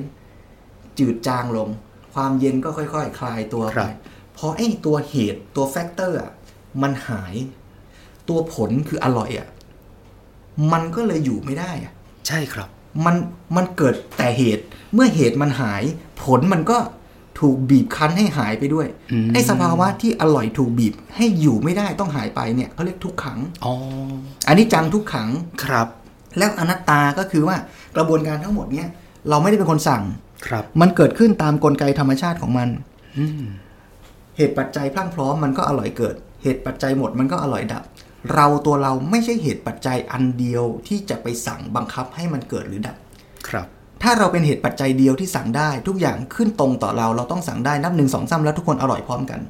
B: จืดจางลง ความเย็นก็ค่อยๆ คลายตัวไปพอไอ้ตัวเหตุตัวแฟกเตอร์อ่ะมันหาย ตัวผลคืออร่อยอ่ะมันก็เลยอยู่ไม่ได้อ่ะ
C: ใช่ครับ
B: มันมันเกิดแต่เหตุ เมื่อเหตุมันหาย ผลมันก็ถูกบีบคั้นให้หายไปด้วย
C: อืม
B: ไอ้สภาวะที่อร่อยถูกบีบ ให้อยู่ไม่ได้ต้องหายไปเนี่ยเขาเรียกทุกขัง
C: อ๋อ
B: อันนี้จังทุกขัง
C: ครับ
B: แล้วอนัตตาก็คือว่ากระบวนการทั้งหมดเนี้ยเราไม่ได้เป็นคนสั่ง
C: ครับ
B: มันเกิดขึ้นตามกลไกธรรมชาติของมัน
C: อืม
B: เหตุปัจจัยพรั่งพร้อมมันก็อร่อยเกิด เหตุปัจจัยหมดมันก็อร่อยดับ เราตัวเราไม่ใช่เหตุปัจจัยอันเดียวที่จะไปสั่งบังคับให้มันเกิดหรือดับ
C: ครับ
B: ถ้าเราเป็นเหตุปัจจัยเดียวที่สั่งได้ ทุกอย่างขึ้นตรงต่อเราเราต้องสั่งได้นับหนึ่งสองสามแล้วทุกคนอร่อยพร้อมกัน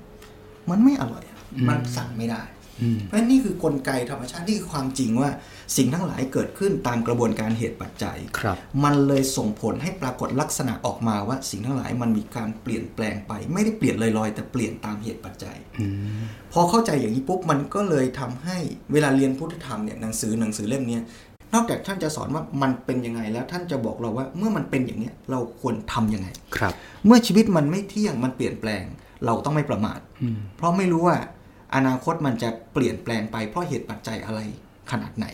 B: มันไม่อร่อยอะมันสั่งไม่ได้
C: อืม
B: เพราะฉะนั้นนี่คือกลไกธรรมชาตินี่คือความจริงว่าสิ่งทั้งหลายเกิดขึ้นตามกระบวนการเหตุปัจจัย
C: ครับ
B: มันเลยส่งผลให้ปรากฏลักษณะออกมาว่าสิ่งทั้งหลายมันมีการเปลี่ยนแปลงไป ไม่ได้เปลี่ยนลอยๆ แต่เปลี่ยนตามเหตุปัจจัย
C: อืม
B: พอเข้าใจอย่างนี้ปุ๊บมันก็เลยทำให้เวลาเรียนพุทธธรรมเนี่ยหนังสือหนังสือเล่มเนี้ยนอกจากท่านจะสอนว่ามันเป็นยังไงแล้วท่านจะบอกเราว่าเมื่อมันเป็นอย่างเนี้ยเราควรทำยังไง
C: ครับ
B: เมื่อชีวิตมันไม่เที่ยงมันเปลี่ยนแปลง เราต้องไม่ประมาท
C: อืม
B: เพราะไม่รู้ว่าอนาคตมันจะเปลี่ยนแปลงไปเพราะเหตุปัจจัยอะไรขนาดไหน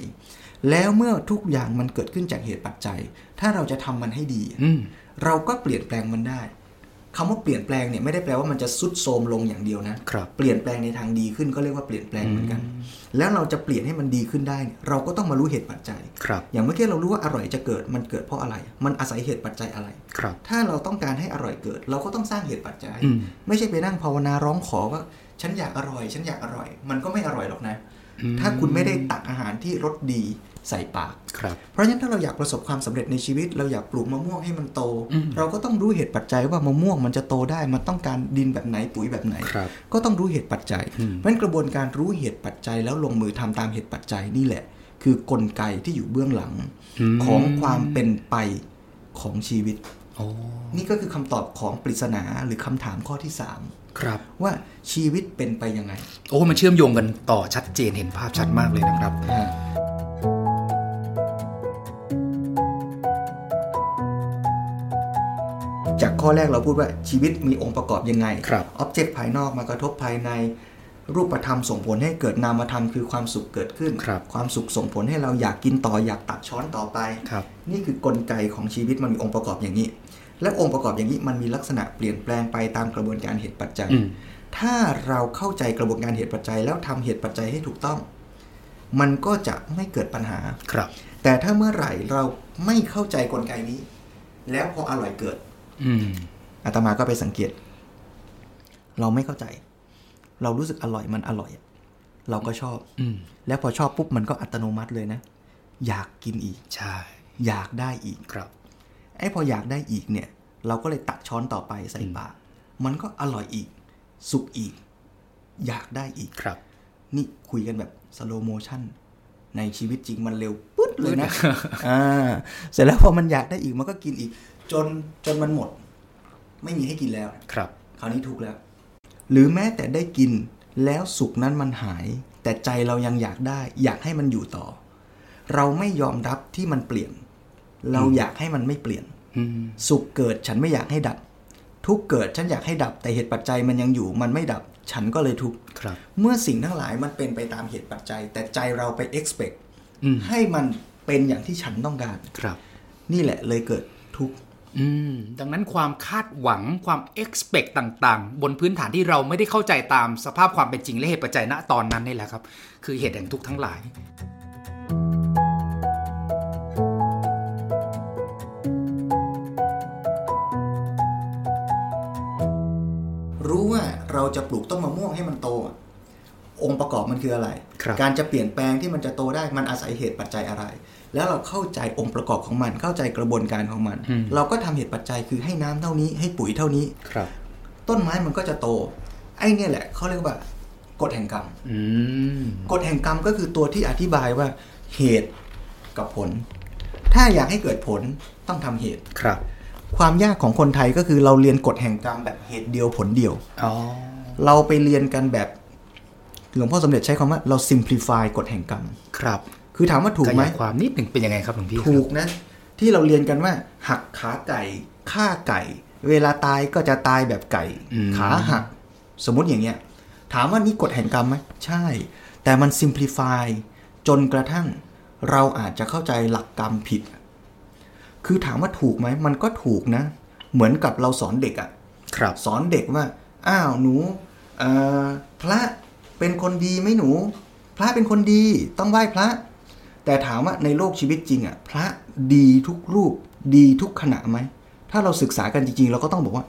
B: แล้วเมื่อทุกอย่างมันเกิดขึ้นจากเหตุปัจจัย ถ้าเราจะทำมันให้ดี
C: อืม
B: เราก็เปลี่ยนแปลงมันได้คำว่าเปลี่ยนแปลงเนี่ยไม่ได้แปลว่ามันจะสุดโทรมลงอย่างเดียวนะครับ เปลี่ยนแปลงในทางดีขึ้นก็เรียกว่าเปลี่ยนแปลงเหมือนกัน แล้วเราจะเปลี่ยนให้มันดีขึ้นได้เนี่ยเราก็ต้องมารู้เหตุปัจจัย
C: ครับ
B: อย่างเมื่อกี้เรารู้ว่าอร่อยจะเกิดมันเกิดเพราะอะไร มันอาศัยเหตุปัจจัยอะไร
C: ครับ
B: ถ้าเราต้องการให้อร่อยเกิด เราก็ต้องสร้างเหตุปัจจัย
C: อืม
B: ไม่ใช่ไปนั่งภาวนาร้องขอว่า ฉันอยากอร่อย ฉันอยากอร่อย มันก็ไม่อร่อยหรอกนะ ถ้าคุณไม่ได้ตักอาหารที่รสดีใส่ปาก
C: ครับ
B: เพราะฉะนั้นถ้าเราอยากประสบความสำเร็จในชีวิต เราอยากปลูกมะม่วงให้มันโต เราก็ต้องรู้เหตุปัจจัยว่ามะม่วงมันจะโตได้มันต้องการดินแบบไหนปุ๋ยแบบไหน
C: ครับ
B: ก็ต้องรู้เหตุปัจจัย เพราะฉะนั้นกระบวนการรู้เหตุปัจจัยแล้วลงมือทำตามเหตุปัจจัยนี่แหละ คือกลไกที่อยู่เบื้องหลัง
C: อืม
B: ของความเป็นไปของชีวิต
C: โอ้
B: นี่ก็คือคำตอบของปริศนาหรือคำถามข้อที่
C: ครับ
B: 3 ว่าชีวิตเป็นไปยังไง
C: โอ้ มันเชื่อมโยงกันต่อชัดเจน เห็นภาพชัดมากเลยนะครับ
B: อ่าจากข้อแรกเราพูดว่าชีวิตมีองค์ประกอบยังไง
C: ครับ
B: ออบเจกต์ภายนอกมากระทบภายใน รูปธรรมส่งผลให้เกิดนามธรรมคือความสุขเกิดขึ้น
C: ครับ
B: ความสุขส่งผลให้เราอยากกินต่ออยากตักช้อนต่อไป
C: ครับ
B: นี่คือกลไกของชีวิตมันมีองค์ประกอบอย่างนี้ และองค์ประกอบอย่างนี้มันมีลักษณะเปลี่ยนแปลงไปตามกระบวนการเหตุปัจจัย
C: อืม
B: ถ้าเราเข้าใจกระบวนการเหตุปัจจัย แล้วทำเหตุปัจจัยให้ถูกต้อง มันก็จะไม่เกิดปัญหา
C: ครับ
B: แต่ถ้าเมื่อไหร่เราไม่เข้าใจกลไกนี้ แล้วพออร่อยเกิด
C: อืม
B: อาตมาก็ไปสังเกต เราไม่เข้าใจ เรารู้สึกอร่อยมันอร่อยอะเราก็ชอบ
C: อืม
B: แล้วพอชอบปุ๊บมันก็อัตโนมัติเลยนะ อยากกินอีก
C: ใช่
B: อยากได้อีก
C: ครับ
B: ไอ้พออยากได้อีกเนี่ย เราก็เลยตักช้อนต่อไปใส่ปาก มันก็อร่อยอีก สุกอีก อยากได้อีก
C: ครับ
B: นี่คุยกันแบบสโลโมชันในชีวิตจริงมันเร็วปุ๊ดเลย <laughs> นะ อ่า เสร็จแล้วพอมันอยากได้อีกมันก็กินอีก จนจนมันหมด ไม่มีให้กินแล้ว
C: ครับ
B: คราวนี้ถูกแล้ว หรือแม้แต่ได้กินแล้วสุขนั้นมันหาย แต่ใจเรายังอยากได้ อยากให้มันอยู่ต่อ เราไม่ยอมรับที่มันเปลี่ยน เราอยากให้มันไม่เปลี่ยน
C: อืม
B: สุขเกิดฉันไม่อยากให้ดับ ทุกข์เกิดฉันอยากให้ดับ แต่เหตุปัจจัยมันยังอยู่มันไม่ดับ ฉันก็เลยทุกข์
C: ครับ
B: เมื่อสิ่งทั้งหลายมันเป็นไปตามเหตุปัจจัย แต่ใจเราไป expect
C: อืม
B: ให้มันเป็นอย่างที่ฉันต้องการ
C: ครับ
B: นี่แหละเลยเกิดทุกข์
C: อืม ดังนั้นความคาดหวังความ expect ต่างๆ บนพื้นฐานที่เราไม่ได้เข้าใจตามสภาพความเป็นจริงและเหตุปัจจัยณตอนนั้นนี่แหละครับ คือเหตุแห่งทุกข์ทั้งหลาย
B: รู้ว่าเราจะปลูกต้นมะม่วงให้มันโตอะองค์ประกอบมันคืออะไร
C: ครับ
B: การจะเปลี่ยนแปลงที่มันจะโตได้มันอาศัยเหตุปัจจัยอะไร แล้วเราเข้าใจองค์ประกอบของมัน เข้าใจกระบวนการของมัน เราก็ทำเหตุปัจจัยคือให้น้ำเท่านี้ให้ปุ๋ยเท่านี้
C: ครับ
B: ต้นไม้มันก็จะโต ไอ้เนี่ยแหละเขาเรียกว่ากฎแห่งกรรม
C: อืม
B: กฎแห่งกรรมก็คือตัวที่อธิบายว่าเหตุกับผล ถ้าอยากให้เกิดผลต้องทำเหตุ
C: ครับ
B: ความยากของคนไทยก็คือเราเรียนกฎแห่งกรรมแบบเหตุเดียวผลเดียว
C: อ๋อ
B: เราไปเรียนกันแบบหลวงพ่อสมเด็จใช้คำว่าเรา simplify กฎแห่งกรรม
C: ครับ
B: คือถามว่าถูก
C: ข
B: ไหม
C: ยายความนิดหนึ่งเป็นยังไงครับหลวงพี่
B: ถูกนะ ที่เราเรียนกันว่า หักขาไก่ฆ่าไก่ เวลาตายก็จะตายแบบไก่ ขาหัก สมมติอย่างเงี้ย ถามว่านี่กฎแห่งกรรมไหมใช่ แต่มัน simplify จนกระทั่ง เราอาจจะเข้าใจหลักกรรมผิด คือถามว่าถูกไหมมันก็ถูกนะ เหมือนกับเราสอนเด็กอะ
C: ครับ
B: สอนเด็กว่า อ้าวหนูเอ่อพระเป็นคนดีไหมหนู พระเป็นคนดีต้องไหว้พระ แต่ถามว่าในโลกชีวิตจริงอะพระดีทุกรูปดีทุกขณะไหม ถ้าเราศึกษากันจริงๆ เราก็ต้องบอกว่า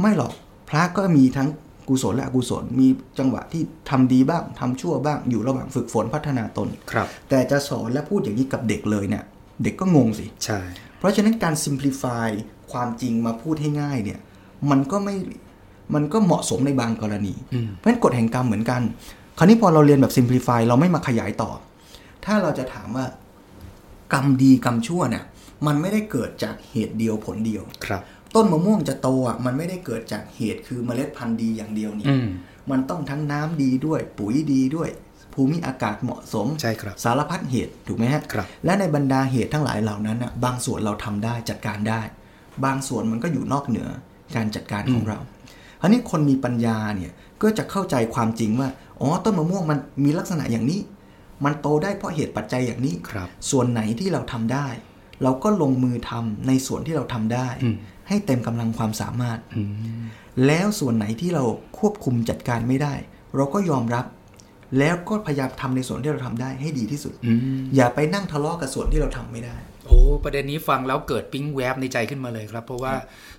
B: ไม่หรอกพระก็มีทั้งกุศลและอกุศลมีจังหวะที่ทำดีบ้างทำชั่วบ้างอยู่ระหว่างฝึกฝนพัฒนาตน
C: ครับ
B: แต่จะสอนและพูดอย่างนี้กับเด็กเลยเนี่ยเด็กก็งงสิ
C: ใช่
B: เพราะฉะนั้นการ simplify ความจริงมาพูดให้ง่ายเนี่ย มันก็ไม่ มันก็เหมาะสมในบางกรณี เพราะฉะนั้นกฎแห่งกรรมเหมือนกัน คราวนี้พอเราเรียนแบบ simplify เราไม่มาขยายต่อ ถ้าเราจะถามว่า กรรมดีกรรมชั่วเนี่ย มันไม่ได้เกิดจากเหตุเดียวผลเดียว
C: ครับ
B: ต้นมะม่วงจะโตอ่ะ มันไม่ได้เกิดจากเหตุคือเมล็ดพันธุ์ดีอย่างเดียวนี่
C: อืม
B: มันต้องทั้งน้ำดีด้วย ปุ๋ยดีด้วย ภูมิอากาศเหมาะสม
C: ใช่ครับ
B: สารพัดเหตุถูกไหมฮะ
C: ครับ
B: และในบรรดาเหตุทั้งหลายเหล่านั้นน่ะบางส่วนเราทำได้จัดการได้ บางส่วนมันก็อยู่นอกเหนือการจัดการของเราคราวนี้คนมีปัญญาเนี่ยก็จะเข้าใจความจริงว่าอ๋อต้นมะม่วงมันมีลักษณะอย่างนี้ มันโตได้เพราะเหตุปัจจัยอย่างนี้
C: ครับ
B: ส่วนไหนที่เราทำได้ เราก็ลงมือทำในส่วนที่เราทำได้ ให้เต็มกำลังความสามารถ
C: อืม
B: แล้วส่วนไหนที่เราควบคุมจัดการไม่ได้ เราก็ยอมรับ แล้วก็พยายามทำในส่วนที่เราทำได้ให้ดีที่สุด
C: อืม
B: อย่าไปนั่งทะเลาะกับส่วนที่เราทำไม่ได้
C: โอ้ประเด็นนี้ฟังแล้วเกิดปิ๊งแวบในใจขึ้นมาเลยครับ เพราะว่า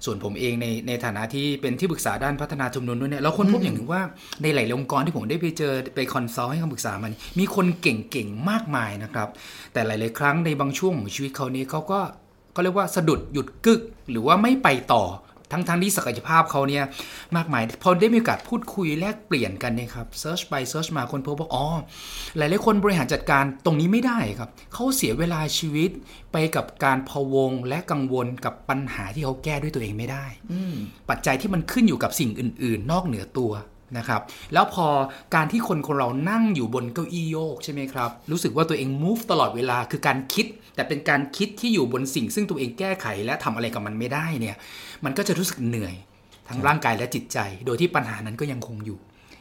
C: ส่วนผมเองในในฐานะที่เป็นที่ปรึกษาด้านพัฒนาชุมนุมด้วยเนี่ยเราค้นพบอย่างหนึ่งว่าในหลายองค์กรที่ผมได้ไปเจอไปคอนซัลท์ให้คำปรึกษามันยมีคนเก่งๆมากมายนะครับ แต่หลายๆครั้งในบางช่วงของชีวิตเขานี้เขาก็ก็เรียกว่าสะดุดหยุดกึก หรือว่าไม่ไปต่อทั้งๆที่ศักยภาพเขาเนี่ยมากมายพอได้มีโอกาสพูดคุยแลกเปลี่ยนกันเนี่ยครับเซิร์ชไปเซิร์ชมาคนพบว่าอ๋อ หลายๆคนบริหารจัดการตรงนี้ไม่ได้ครับ เขาเสียเวลาชีวิตไปกับการพะวงและกังวลกับปัญหาที่เขาแก้ด้วยตัวเองไม่ได้ ปัจจัยที่มันขึ้นอยู่กับสิ่งอื่น ๆ นอกเหนือตัวนะครับ แล้วพอการที่คนคนเรานั่งอยู่บนเก้าอี้โยกใช่ไหมครับ รู้สึกว่าตัวเอง move ตลอดเวลาคือการคิด แต่เป็นการคิดที่อยู่บนสิ่งซึ่งตัวเองแก้ไขและทำอะไรกับมันไม่ได้เนี่ย มันก็จะรู้สึกเหนื่อย ทั้งร่างกายและจิตใจ โดยที่ปัญหานั้นก็ยังคงอยู่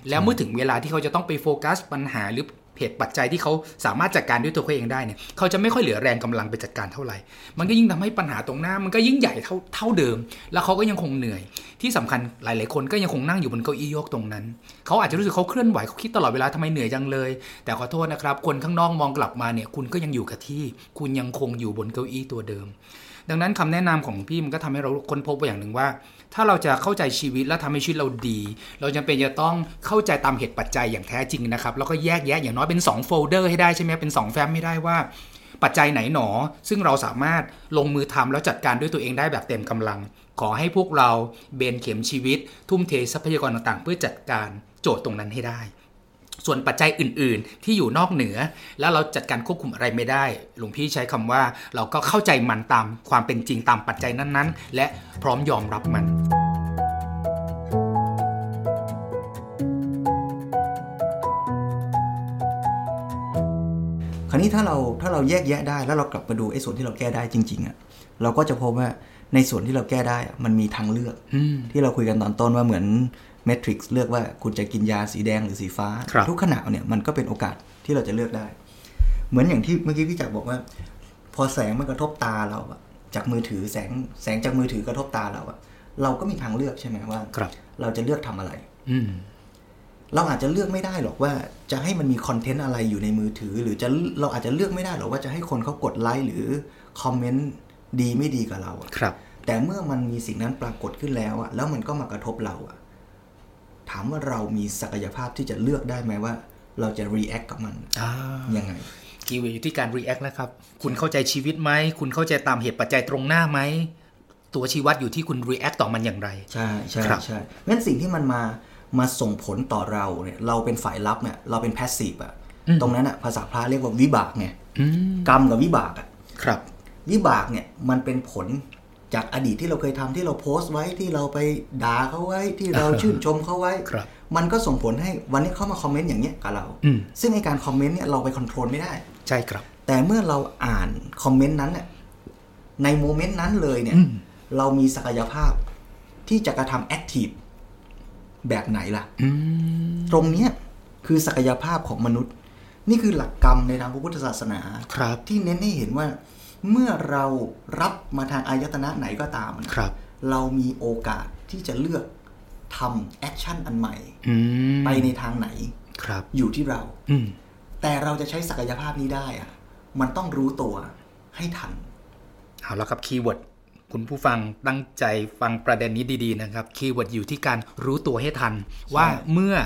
C: แล้วเมื่อถึงเวลาที่เขาจะต้องไปโฟกัสปัญหาหรือเหตุปัจจัยที่เขาสามารถจัดการด้วยตัวเขาเองได้เนี่ยเขาจะไม่ค่อยเหลือแรงกำลังไปจัดการเท่าไหร่ มันก็ยิ่งทำให้ปัญหาตรงหน้ามันก็ยิ่งใหญ่เท่าเท่าเดิม แล้วเขาก็ยังคงเหนื่อย ที่สำคัญหลาย ๆ คนก็ยังคงนั่งอยู่บนเก้าอี้โยกตรงนั้น เขาอาจจะรู้สึกเขาเคลื่อนไหวเขาคิดตลอดเวลาทำไมเหนื่อยจังเลย แต่ขอโทษนะครับ คนข้างนอกมองกลับมาเนี่ย คุณก็ยังอยู่กับที่ คุณยังคงอยู่บนเก้าอี้ตัวเดิม ดังนั้นคำแนะนำของพี่มันก็ทำให้เราค้นพบไปอย่างหนึ่งว่า ถ้าเราจะเข้าใจชีวิตและทำให้ชีวิตเราดี เราจำเป็นจะต้องเข้าใจตามเหตุปัจจัยอย่างแท้จริงนะครับ แล้วก็แยกแยะอย่างน้อยเป็น2โฟลเดอร์ให้ได้ใช่ไหมเป็น2แฟ้มไม่ได้ว่า ปัจจัยไหนหนอ ซึ่งเราสามารถลงมือทำแล้วจัดการด้วยตัวเองได้แบบเต็มกำลัง ขอให้พวกเราเบนเข็มชีวิต ทุ่มเททรัพยากรต่างๆ เพื่อจัดการโจทย์ตรงนั้นให้ได้ ส่วนปัจจัยอื่น ๆ ที่อยู่นอกเหนือ แล้วเราจัดการควบคุมอะไรไม่ได้ หลวงพี่ใช้คำว่าเราก็เข้าใจมันตามความเป็นจริงตามปัจจัยนั้นๆ และพร้อมยอมรับมัน
B: คราวนี้ถ้าเราถ้าเราแยกแยะได้แล้วเรากลับมาดูไอ้ส่วนที่เราแก้ได้จริง ๆอะ่ะเราก็จะพบว่าในส่วนที่เราแก้ได้อะมันมีทางเลือก
C: อืม
B: ที่เราคุยกันตอนต้นว่าเหมือนเมทริกซ์เลือกว่าคุณจะกินยาสีแดงหรือสีฟ้า
C: ครับ
B: ทุกขณะเนี่ยมันก็เป็นโอกาสที่เราจะเลือกได้ เหมือนอย่างที่เมื่อกี้พี่จักรบอกว่า พอแสงมันกระทบตาเราอะจากมือถือแสงแสงจากมือถือกระทบตาเราอะเราก็มีทางเลือกใช่ไหมว่า
C: ครับ
B: เราจะเลือกทำอะไร
C: อืม
B: เราอาจจะเลือกไม่ได้หรอกว่าจะให้มันมีคอนเทนต์อะไรอยู่ในมือถือ หรือจะเราอาจจะเลือกไม่ได้หรอกว่าจะให้คนเขากดไลค์หรือคอมเมนต์ดีไม่ดีกับเราอะ
C: ครับ
B: แต่เมื่อมันมีสิ่งนั้นปรากฏขึ้นแล้วอะแล้วมันก็มากระทบเราอะถามว่าเรามีศักยภาพที่จะเลือกได้ไหมว่า เราจะ react กับมัน
C: อ่า
B: ยังไง
C: คีย์เวิร์ดอยู่ที่การ react นะครับ คุณเข้าใจชีวิตไหม คุณเข้าใจตามเหตุปัจจัยตรงหน้าไหม ตัวชี้วัดอยู่ที่คุณ react ต่อมันอย่างไร
B: ใช่ใช่
C: ครับ
B: ใช่งั้นสิ่งที่มันมามาส่งผลต่อเราเนี่ยเราเป็นฝ่ายรับเนี่ยเราเป็น passive อะตรงนั้นอะภาษาพระเรียกว่าวิบากไง
C: อืม
B: กรรมกับวิบากอะ
C: ครับ
B: วิบากเนี่ยมันเป็นผลจากอดีตที่เราเคยทำที่เราโพสต์ไว้ที่เราไปด่าเขาไว้ที่เราชื่นชมเขาไว้
C: ครับ
B: มันก็ส่งผลให้วันนี้เขามาคอมเมนต์อย่างเนี้ยกับเรา
C: อืม
B: ซึ่งในการคอมเมนต์เนี่ยเราไปคอนโทรลไม่ได้
C: ใช่ครับ
B: แต่เมื่อเราอ่านคอมเมนต์นั้นเนี่ยในโมเมนต์นั้นเลยเนี่ย
C: อืม
B: เรามีศักยภาพที่จะกระทำแอคทีฟแบบไหนล่ะ
C: อืม
B: ตรงเนี้ยคือศักยภาพของมนุษย์ นี่คือหลักกรรมในทางพระพุทธศาสนา
C: ครับ
B: ที่เน้นให้เห็นว่าเมื่อเรารับมาทางอายตนะไหนก็ตามนะครับ เรามีโอกาสที่จะเลือกทำแอคชั่นอันใหม่
C: อืม
B: ไปในทางไหน
C: ครับ
B: อยู่ที่เรา
C: อืม
B: แต่เราจะใช้ศักยภาพนี้ได้อะมันต้องรู้ตัวให้ทัน
C: เอาละครับคีย์เวิร์ดคุณผู้ฟังตั้งใจฟังประเด็นนี้ดีๆนะครับคีย์เวิร์ดอยู่ที่การรู้ตัวให้ทัน ว่าเมื่อ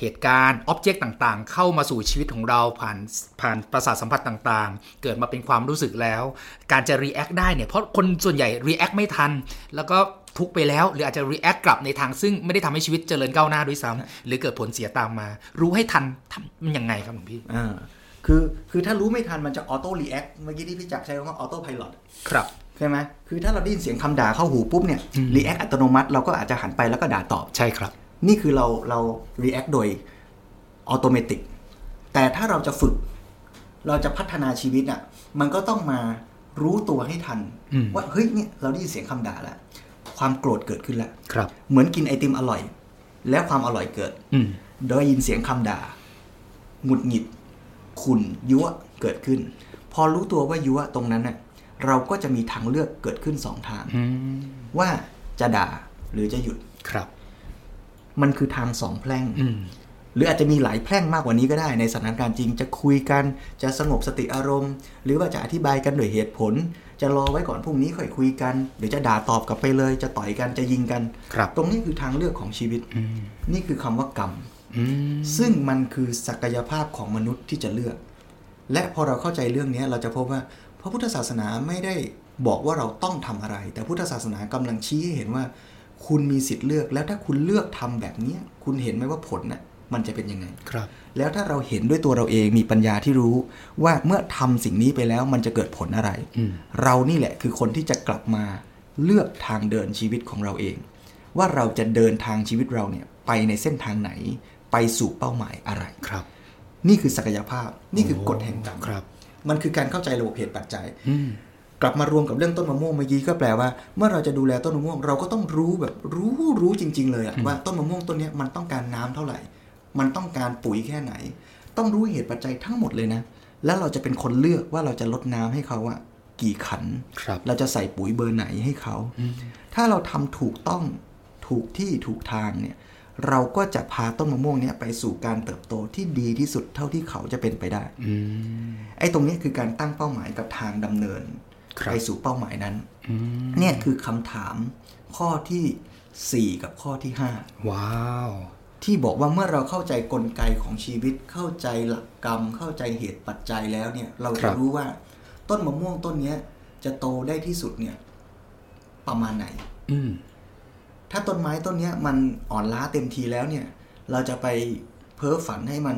C: เหตุการณ์อ็อบเจกต์ต่างๆ เข้ามาสู่ชีวิตของเราผ่านผ่านประสาทสัมผัสต่างๆ เกิดมาเป็นความรู้สึกแล้ว การจะรีแอคได้เนี่ยเพราะคนส่วนใหญ่รีแอคไม่ทัน แล้วก็ทุกข์ไปแล้ว หรืออาจจะรีแอคกลับในทางซึ่งไม่ได้ทำให้ชีวิตเจริญก้าวหน้าด้วยซ้ำหรือเกิดผลเสียตามมา รู้ให้ทันทำมันยังไงครับหลวงพี่
B: อ่า คือคือถ้ารู้ไม่ทันมันจะออโต้รีแอคเมื่อกี้ที่พี่จักรใช้คำว่าออโต้พายโ
C: ครับ
B: ใช่ไหมคือถ้าเราได้ยินเสียงคำด่าเข้าหูปุ๊บเนี่ยรีแอคอัตโนมัติเราก็อาจจะหันไปแล้วก็ด่าตอบ
C: ใช่ครับ
B: นี่คือเราเรา react โดยอัตโนมัติแต่ถ้าเราจะฝึก เราจะพัฒนาชีวิตอ่ะ มันก็ต้องมารู้ตัวให้ทัน
C: อืม
B: ว่าเฮ้ยเนี่ยเราได้ยินเสียงคำด่าแล้วความโกรธเกิดขึ้นแล้ว
C: ครับ
B: เหมือนกินไอติมอร่อย แล้วความอร่อยเกิด
C: อืม
B: โดยยินเสียงคำด่าหงุดหงิด ขุนยั่วเกิดขึ้น พอรู้ตัวว่ายั่วตรงนั้นน่ะเราก็จะมีทางเลือกเกิดขึ้นสองทาง
C: อืม
B: ว่าจะด่าหรือจะหยุด
C: ครับ
B: มันคือทางสองแพร่ง
C: อืม
B: หรืออาจจะมีหลายแพร่งมากกว่านี้ก็ได้ในสถานการณ์จริง จะคุยกันจะสงบสติอารมณ์ หรือว่าจะอธิบายกันด้วยเหตุผล จะรอไว้ก่อนพรุ่งนี้ค่อยคุยกัน หรือจะด่าตอบกลับไปเลย จะต่อยกันจะยิงกัน
C: ครับ
B: ตรงนี้คือทางเลือกของชีวิต
C: อืม
B: นี่คือคำว่ากรรม
C: อืม
B: ซึ่งมันคือศักยภาพของมนุษย์ที่จะเลือก และพอเราเข้าใจเรื่องนี้เราจะพบว่าพระพุทธศาสนาไม่ได้บอกว่าเราต้องทำอะไร แต่พุทธศาสนากำลังชี้ให้เห็นว่า คุณมีสิทธิ์เลือกแล้วถ้าคุณเลือกทำแบบเนี้ยคุณเห็นไหมว่าผลน่ะมันจะเป็นยังไง
C: ครับ
B: แล้วถ้าเราเห็นด้วยตัวเราเองมีปัญญาที่รู้ว่าเมื่อทำสิ่งนี้ไปแล้วมันจะเกิดผลอะไร
C: อืม
B: เรานี่แหละคือคนที่จะกลับมาเลือกทางเดินชีวิตของเราเอง ว่าเราจะเดินทางชีวิตเราเนี่ยไปในเส้นทางไหน ไปสู่เป้าหมายอะไร
C: ครับ
B: นี่คือศักยภาพนี่คือกฎแห่งกรรม
C: ครับ
B: มันคือการเข้าใจระบบเหตุปัจจัย
C: อืม
B: กลับมารวมกับเรื่องต้นมะม่วงเมื่อกี้ก็แปลว่า เมื่อเราจะดูแลต้นมะม่วงเราก็ต้องรู้แบบรู้รู้จริง ๆ เลยอะว่าต้นมะม่วงต้นเนี้ยมันต้องการน้ำเท่าไหร่ มันต้องการปุ๋ยแค่ไหน ต้องรู้เหตุปัจจัยทั้งหมดเลยนะ แล้วเราจะเป็นคนเลือกว่าเราจะลดน้ำให้เขาอะกี่ขัน
C: ครับ
B: เราจะใส่ปุ๋ยเบอร์ไหนให้เขา ถ้าเราทำถูกต้องถูกที่ถูกทางเนี่ย เราก็จะพาต้นมะม่วงเนี่ยไปสู่การเติบโตที่ดีที่สุดเท่าที่เขาจะเป็นไปได้
C: อืม
B: ไอ้ตรงเนี้ยคือการตั้งเป้าหมายกับทางดำเนิน
C: ครับ
B: ไปสู่เป้าหมายนั้น
C: อืม
B: เนี่ยคือคำถามข้อที่ 4 กับข้อที่
C: ว้าว
B: 5 ที่บอกว่าเมื่อเราเข้าใจกลไกของชีวิต เข้าใจหลักกรรม เข้าใจเหตุปัจจัยแล้วเนี่ย เรา
C: ครั
B: จะ
C: บ
B: รู้ว่า ต้นมะม่วงต้นเนี้ย จะโตได้ที่สุดเนี่ย ประมาณไหน
C: อืม
B: ถ้าต้นไม้ต้นเนี้ยมันอ่อนล้าเต็มทีแล้วเนี่ย เราจะไปเพ้อฝันให้มัน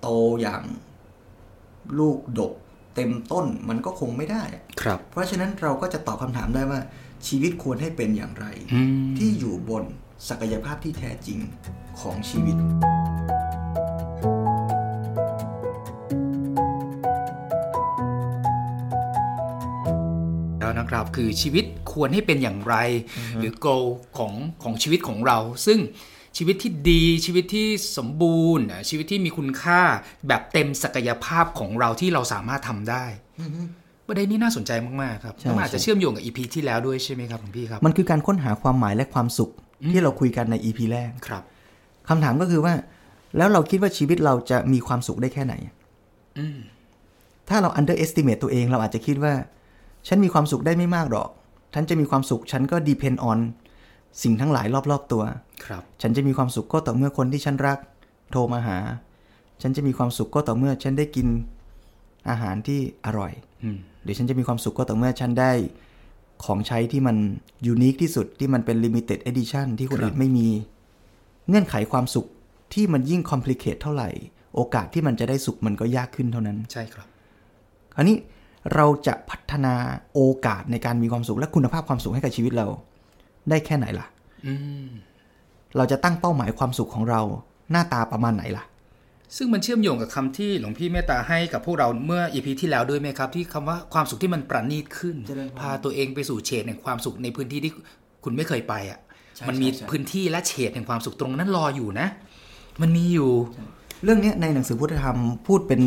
B: โตอย่างลูกดก เต็มต้นมันก็คงไม่ได้อะ
C: ครับ
B: เพราะฉะนั้นเราก็จะตอบคำถามได้ว่า ชีวิตควรให้เป็นอย่างไร
C: อืม
B: ที่อยู่บนศักยภาพที่แท้จริงของชีวิต
C: แล้วนะครับคือชีวิตควรให้เป็นอย่างไร หรือ goal ของของชีวิตของเรา ซึ่งชีวิตที่ดีชีวิตที่สมบูรณ์อ่ะชีวิตที่มีคุณค่าแบบเต็มศักยภาพของเราที่เราสามารถทำได้ประเด็นนี้น่าสนใจมากๆครับ
B: ใช่
C: แล้วมันอาจ
B: ใช่
C: จะเชื่อมโยงกับ EP ที่แล้วด้วยใช่ไหมครับหลวงพี่ครับ
B: มันคือการค้นหาความหมายและความสุข ที่เราคุยกันใน EP แรก
C: ครับ
B: คำถามก็คือว่า แล้วเราคิดว่าชีวิตเราจะมีความสุขได้แค่ไหน
C: อืม
B: ถ้าเรา underestimate ตัวเองเราอาจจะคิดว่า ฉันมีความสุขได้ไม่มากหรอก ฉันจะมีความสุขฉันก็ depend on สิ่งทั้งหลายรอบๆตัว
C: ครับ
B: ฉันจะมีความสุขก็ต่อเมื่อคนที่ฉันรัก โทรมาหา ฉันจะมีความสุขก็ต่อเมื่อฉันได้กินอาหารที่อร่อย
C: อืม
B: หรือฉันจะมีความสุขก็ต่อเมื่อฉันได้ของใช้ที่มันยูนิคที่สุดที่มันเป็น limited edition ที่
C: ค
B: คน
C: รับ
B: อื่นไม่มี เงื่อนไขความสุขที่มันยิ่ง complicate เท่าไหร่ โอกาสที่มันจะได้สุขมันก็ยากขึ้นเท่านั้น
C: ใช่ครับ
B: คราวนี้เราจะพัฒนาโอกาสในการมีความสุขและคุณภาพความสุขให้กับชีวิตเรา ได้แค่ไหนล่ะ
C: อืม
B: เราจะตั้งเป้าหมายความสุขของเราหน้าตาประมาณไหนล่ะ
C: ซึ่งมันเชื่อมโยงกับคำที่หลวงพี่เมตตาให้กับพวกเราเมื่ออีพีที่แล้วด้วยไหมครับ ที่คำว่าความสุขที่มันประณีตขึ้น
B: เจริญพร
C: พาตัวเองไปสู่เฉดแห่งความสุขในพื้นที่ที่คุณไม่เคยไปอ่ะ
B: ใช่
C: มันมี
B: ใช่ใช่
C: พื้นที่และเฉดแห่งความสุขตรงนั้นรออยู่นะ มันมีอยู่
B: เรื่องเนี้ยในหนังสือพุทธธรรมพูดเป็น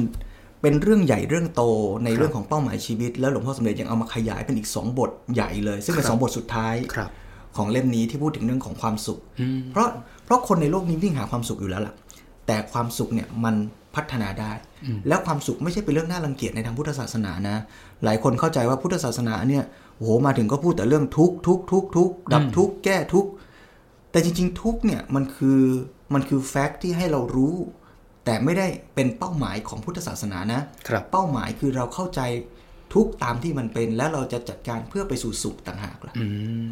B: เป็นเรื่องใหญ่เรื่องโตในเรื่องของเป้าหมายชีวิต แล้วหลวงพ่อสมเด็จยังเอามาขยายเป็นอีก 2 บทใหญ่เลย ซึ่งเป็นสองบทสุดท้าย
C: ครับ
B: ของเล่มนี้ที่พูดถึงเรื่องของความสุข
C: อืม
B: เพราะเพราะคนในโลกนี้วิ่งหาความสุขอยู่แล้วล่ะ แต่ความสุขเนี่ยมันพัฒนาได้ แล้วความสุขไม่ใช่เป็นเรื่องน่ารังเกียจในทางพุทธศาสนานะ หลายคนเข้าใจว่าพุทธศาสนาเนี่ยโอ้โหมาถึงก็พูดแต่เรื่องทุกข์ทุกข์ทุกข์ทุกข์ดับทุกข์แก้ทุกข์แต่จริง ๆ ทุกข์เนี่ยมันคือมันคือแฟกต์ที่ให้เรารู้ แต่ไม่ได้เป็นเป้าหมายของพุทธศาสนานะครับ เป้าหมายคือเราเข้าใจทุกข์ตามที่มันเป็น แล้วเราจะจัดการเพื่อไปสู่สุขต่างหากล่ะ
C: อืม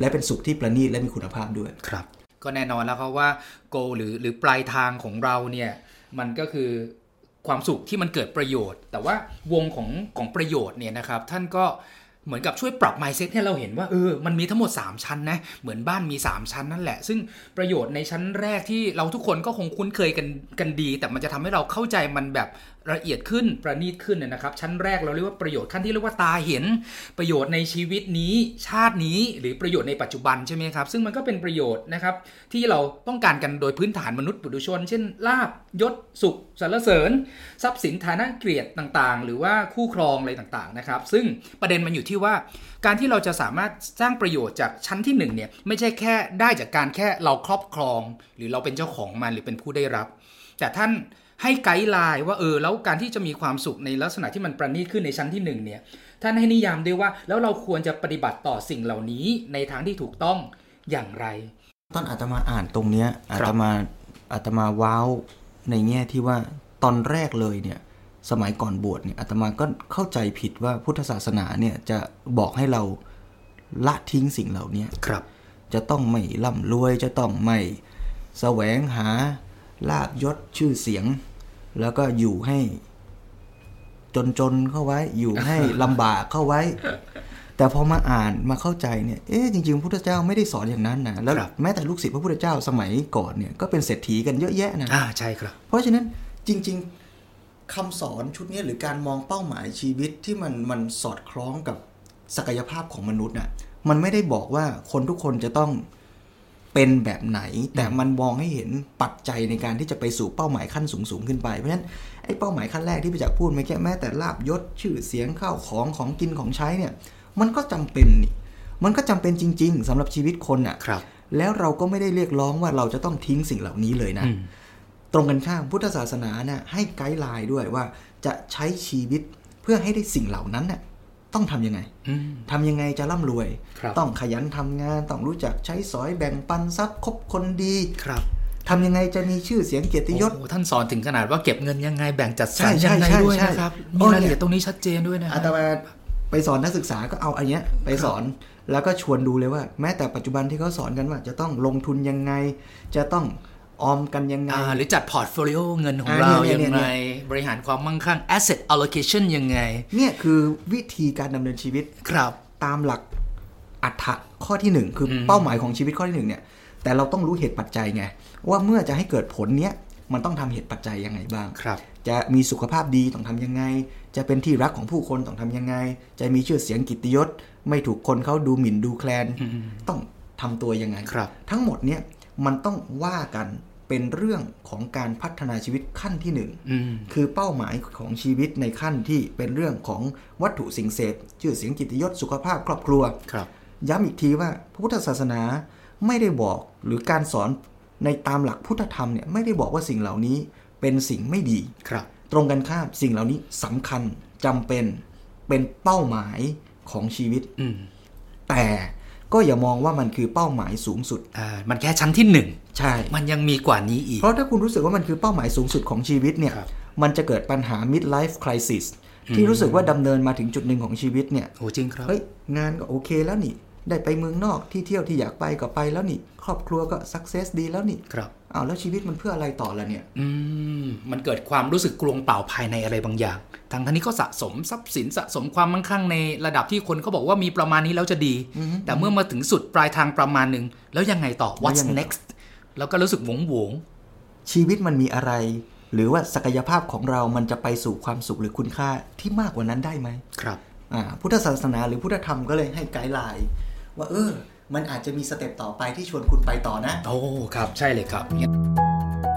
B: และเป็นสุขที่ประณีตและมีคุณภาพด้วย
C: ครับ ก็แน่นอนแล้วครับว่า goal หรือหรือปลายทางของเราเนี่ย มันก็คือความสุขที่มันเกิดประโยชน์ แต่ว่าวงของของประโยชน์เนี่ยนะครับ ท่านก็เหมือนกับช่วยปรับ mindset ให้เราเห็นว่าเออมันมีทั้งหมด 3 ชั้นนะ เหมือนบ้านมี 3 ชั้นนั่นแหละ ซึ่งประโยชน์ในชั้นแรกที่เราทุกคนก็คงคุ้นเคยกันกันดี แต่มันจะทำให้เราเข้าใจมันแบบละเอียดขึ้นประณีตขึ้นนะครับ ชั้นแรกเราเรียกว่าประโยชน์ขั้นที่เรียกว่าตาเห็น ประโยชน์ในชีวิตนี้ชาตินี้หรือประโยชน์ในปัจจุบันใช่ไหมครับ ซึ่งมันก็เป็นประโยชน์นะครับ ที่เราต้องการกันโดยพื้นฐานมนุษย์ปุถุชน เช่นลาบยศสุขสรรเสริญ ทรัพย์สินฐานะเกียรติต่างๆ หรือว่าคู่ครองอะไรต่างๆนะครับ ซึ่งประเด็นมันอยู่ที่ว่า การที่เราจะสามารถสร้างประโยชน์จากชั้นที่หนึ่งเนี่ยไม่ใช่แค่ได้จากการแค่เราครอบครอง หรือเราเป็นเจ้าของมันหรือเป็นผู้ได้รับ แต่ท่านให้ไกด์ไลน์ว่าเออแล้วการที่จะมีความสุขในลักษณะที่มันประณีตขึ้นในชั้นที่หนึ่งเนี่ย ท่านให้นิยามด้วยว่าแล้วเราควรจะปฏิบัติต่อสิ่งเหล่านี้ในทางที่ถูกต้องอย่างไร
B: ตอนอาตมาอ่านตรงเนี้ย
C: ครับ
B: อาตมาอาตมาว้าวในแง่ที่ว่าตอนแรกเลยเนี่ย สมัยก่อนบวชเนี่ยอาตมาก็เข้าใจผิดว่าพุทธศาสนาเนี่ยจะบอกให้เราละทิ้งสิ่งเหล่าเนี้ย
C: ครับ
B: จะต้องไม่ร่ำรวยจะต้องไม่แสวงหาลาบยศชื่อเสียง แล้วก็อยู่ให้ จนๆเข้าไว้ อยู่ให้ ลำบากเข้าไว้ แต่พอมาอ่านมาเข้าใจเนี่ยเอ๊ะจริงๆพระพุทธเจ้าไม่ได้สอนอย่างนั้นนะแล้ว
C: ครับ
B: แม้แต่ลูกศิษย์พระพุทธเจ้าสมัยก่อนเนี่ยก็เป็นเศรษฐีกันเยอะแยะนะ
C: อ่าใช่ครับ
B: เพราะฉะนั้นจริงๆคำสอนชุดเนี้ยหรือการมองเป้าหมายชีวิตที่มันมันสอดคล้องกับศักยภาพของมนุษย์น่ะมันไม่ได้บอกว่าคนทุกคนจะต้องเป็นแบบไหน แต่มันมองให้เห็นปัจจัยในการที่จะไปสู่เป้าหมายขั้นสูงสูงๆขึ้นไปเพราะฉะนั้นไอ้เป้าหมายขั้นแรกที่พี่จักรพูดเมื่อกี้แม้แต่ลาบยศชื่อเสียงข้าวของของกินของใช้เนี่ย มันก็จำเป็นนี่มันก็จำเป็นจริง ๆสำหรับชีวิตคนอ่ะ
C: ครับ
B: แล้วเราก็ไม่ได้เรียกร้องว่าเราจะต้องทิ้งสิ่งเหล่านี้เลยนะ
C: อืม
B: ตรงกันข้ามพุทธศาสนาน่ะให้ไกด์ไลน์ด้วยว่าจะใช้ชีวิตเพื่อให้ได้สิ่งเหล่านั้นน่ะต้องทำยังไง
C: อืม
B: ทำยังไงจะร่ำรวย
C: ครับ
B: ต้องขยันทำงาน ต้องรู้จักใช้สอยแบ่งปันทรัพย์คบคนดี
C: ครับ
B: ทำยังไงจะมีชื่อเสียงเกียรติยศ
C: โอ้โหท่านสอนถึงขนาดว่าเก็บเงินยังไงแบ่งจัดส
B: ใช่
C: รร
B: ใช่
C: ยังไง
B: ใช่
C: ด้วย
B: ใช่
C: นะครับมี
B: โอ้เนี่ย
C: รายละเอียดตรงนี้ชัดเจนด้วยนะฮะ
B: อาตมาไปสอนนักศึกษาก็เอาอันเนี้ยไปสอนแล้วก็ชวนดูเลยว่า แม้แต่ปัจจุบันที่เขาสอนกันว่า จะต้องลงทุนยังไง จะต้องออมกันยังไง
C: อ่าหรือจัดพอร์ตโฟลิโอเงินของ
B: อ่า
C: เรา
B: เนี่ย
C: ยั
B: เนี่
C: ง
B: ย
C: ไง
B: เนี่ย
C: บริหารความมั่งคั่ง asset allocation ยังไง
B: เนี่ยคือวิธีการดำเนินชีวิต
C: ครับ
B: ตามหลักอัฏฐะข้อที่หนึ่งคืออเป้าหมายของชีวิตข้อที่หนึ่งเนี่ยแต่เราต้องรู้เหตุปัจจัยไงว่าเมื่อจะให้เกิดผลเนี้ยมันต้องทำเหตุปัจจัยยังไงบ้าง
C: ครับ
B: จะมีสุขภาพดีต้องทำยังไง จะเป็นที่รักของผู้คนต้องทำยังไง จะมีชื่อเสียงกิตติยศ ไม่ถูกคนเขาดูหมิ่นดูแคลน ต้องทำตัวยังไง
C: ครับ
B: ทั้งหมดเนี่ยมันต้องว่ากันเป็นเรื่องของการพัฒนาชีวิตขั้นที่หนึ่ง
C: อืม
B: คือเป้าหมายของชีวิตในขั้นที่เป็นเรื่องของวัตถุสิ่งเสพชื่อเสียงกิตติยศสุขภาพครอบครัว
C: ครับ
B: ย้ำอีกทีว่าพระพุทธศาสนาไม่ได้บอกหรือการสอนในตามหลักพุทธธรรมเนี่ยไม่ได้บอกว่าสิ่งเหล่านี้เป็นสิ่งไม่ดี
C: ครับ
B: ตรงกันข้ามสิ่งเหล่านี้สำคัญจำเป็นเป็นเป้าหมายของชีวิต
C: อืม
B: แต่ก็อย่ามองว่ามันคือเป้าหมายสูงสุด
C: อ่ามันแค่ชั้นที่หนึ่ง
B: ใช่
C: มันยังมีกว่านี้อีก
B: เพราะถ้าคุณรู้สึกว่ามันคือเป้าหมายสูงสุดของชีวิตเนี่ย
C: ครับ
B: มันจะเกิดปัญหา midlife crisis ที่รู้สึกว่าดำเนินมาถึงจุดหนึ่งของชีวิตเนี่ย
C: โอ้จริงครับ
B: เฮ้ยงานก็โอเคแล้วนี่ ได้ไปเมืองนอกที่เที่ยวที่อยากไปก็ไปแล้วนี่ ครอบครัวก็ success ดีแล้วนี่
C: ครับ
B: อ้าวแล้วชีวิตมันเพื่ออะไรต่อละเนี่ย
C: อืม มันเกิดความรู้สึกกลวงเปล่าภายในอะไรบางอย่าง ทางท่านี้ก็สะสมทรัพย์สินสะสมความมั่งคั่งในระดับที่คนเขาบอกว่ามีประมาณนี้แล้วจะดี แต่เมื่อมาถึงสุดปลายทางประมาณหนึ่ง แล้วยังไงต่อ
B: แล้
C: what's
B: วยังไงต่อ
C: next แล้วก็รู้สึกหวงหวง
B: ชีวิตมันมีอะไร หรือว่าศักยภาพของเรามันจะไปสู่ความสุขหรือคุณค่าที่มากกว่านั้นได้ไหม
C: ๆครับ
B: อ่าพุทธศาสนาหรือพุทธธรรมก็เลยให้ไกด์ไลน์ว่าเออ มันอาจจะมีสเต็ปต่อไปที่ชวนคุณไปต่อนะ
C: โอ้ ครับ ใช่เลยครับ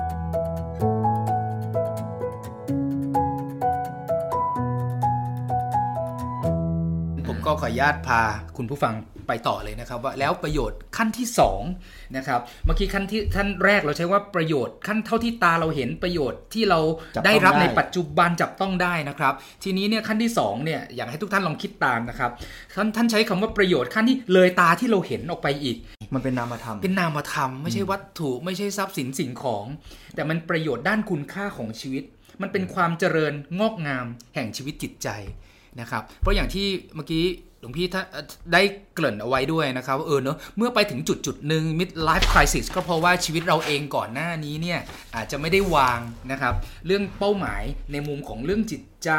C: ผมก็ขออนุญาตพาคุณผู้ฟังไปต่อเลยนะครับ ว่าแล้วประโยชน์ขั้นที่2นะครับเมื่อกี้ขั้นที่ท่านแรกเราใช้ว่าประโยชน์ขั้นเท่าที่ตาเราเห็นประโยชน์ที่เรา
B: จับต้อง
C: ได้รับใน
B: ได้
C: ปัจจุบันจับต้องได้นะครับ ทีนี้เนี่ยขั้นที่สองเนี่ยอยากให้ทุกท่านลองคิดตามนะครับท่านท่านใช้คำว่าประโยชน์ขั้นที่เลยตาที่เราเห็นออกไปอีก
B: มันเป็นนามธรรม
C: เป็นนามธรรมไม่ใช่วัตถุไม่ใช่ทรัพย์สินสิ่งของ แต่มันประโยชน์ด้านคุณค่าของชีวิต มันเป็นความเจริญงอกงามแห่งชีวิตจิตใจนะครับเพราะอย่างที่เมื่อกี้หลวงพี่ท่านเอ่อได้เกริ่นเอาไว้ด้วยนะครับว่าเออเนอะเมื่อไปถึงจุดจุดหนึ่ง mid life crisis ก็เพราะว่าชีวิตเราเองก่อนหน้านี้เนี่ยอาจจะไม่ได้วางนะครับเรื่องเป้าหมายในมุมของเรื่องจิตใจ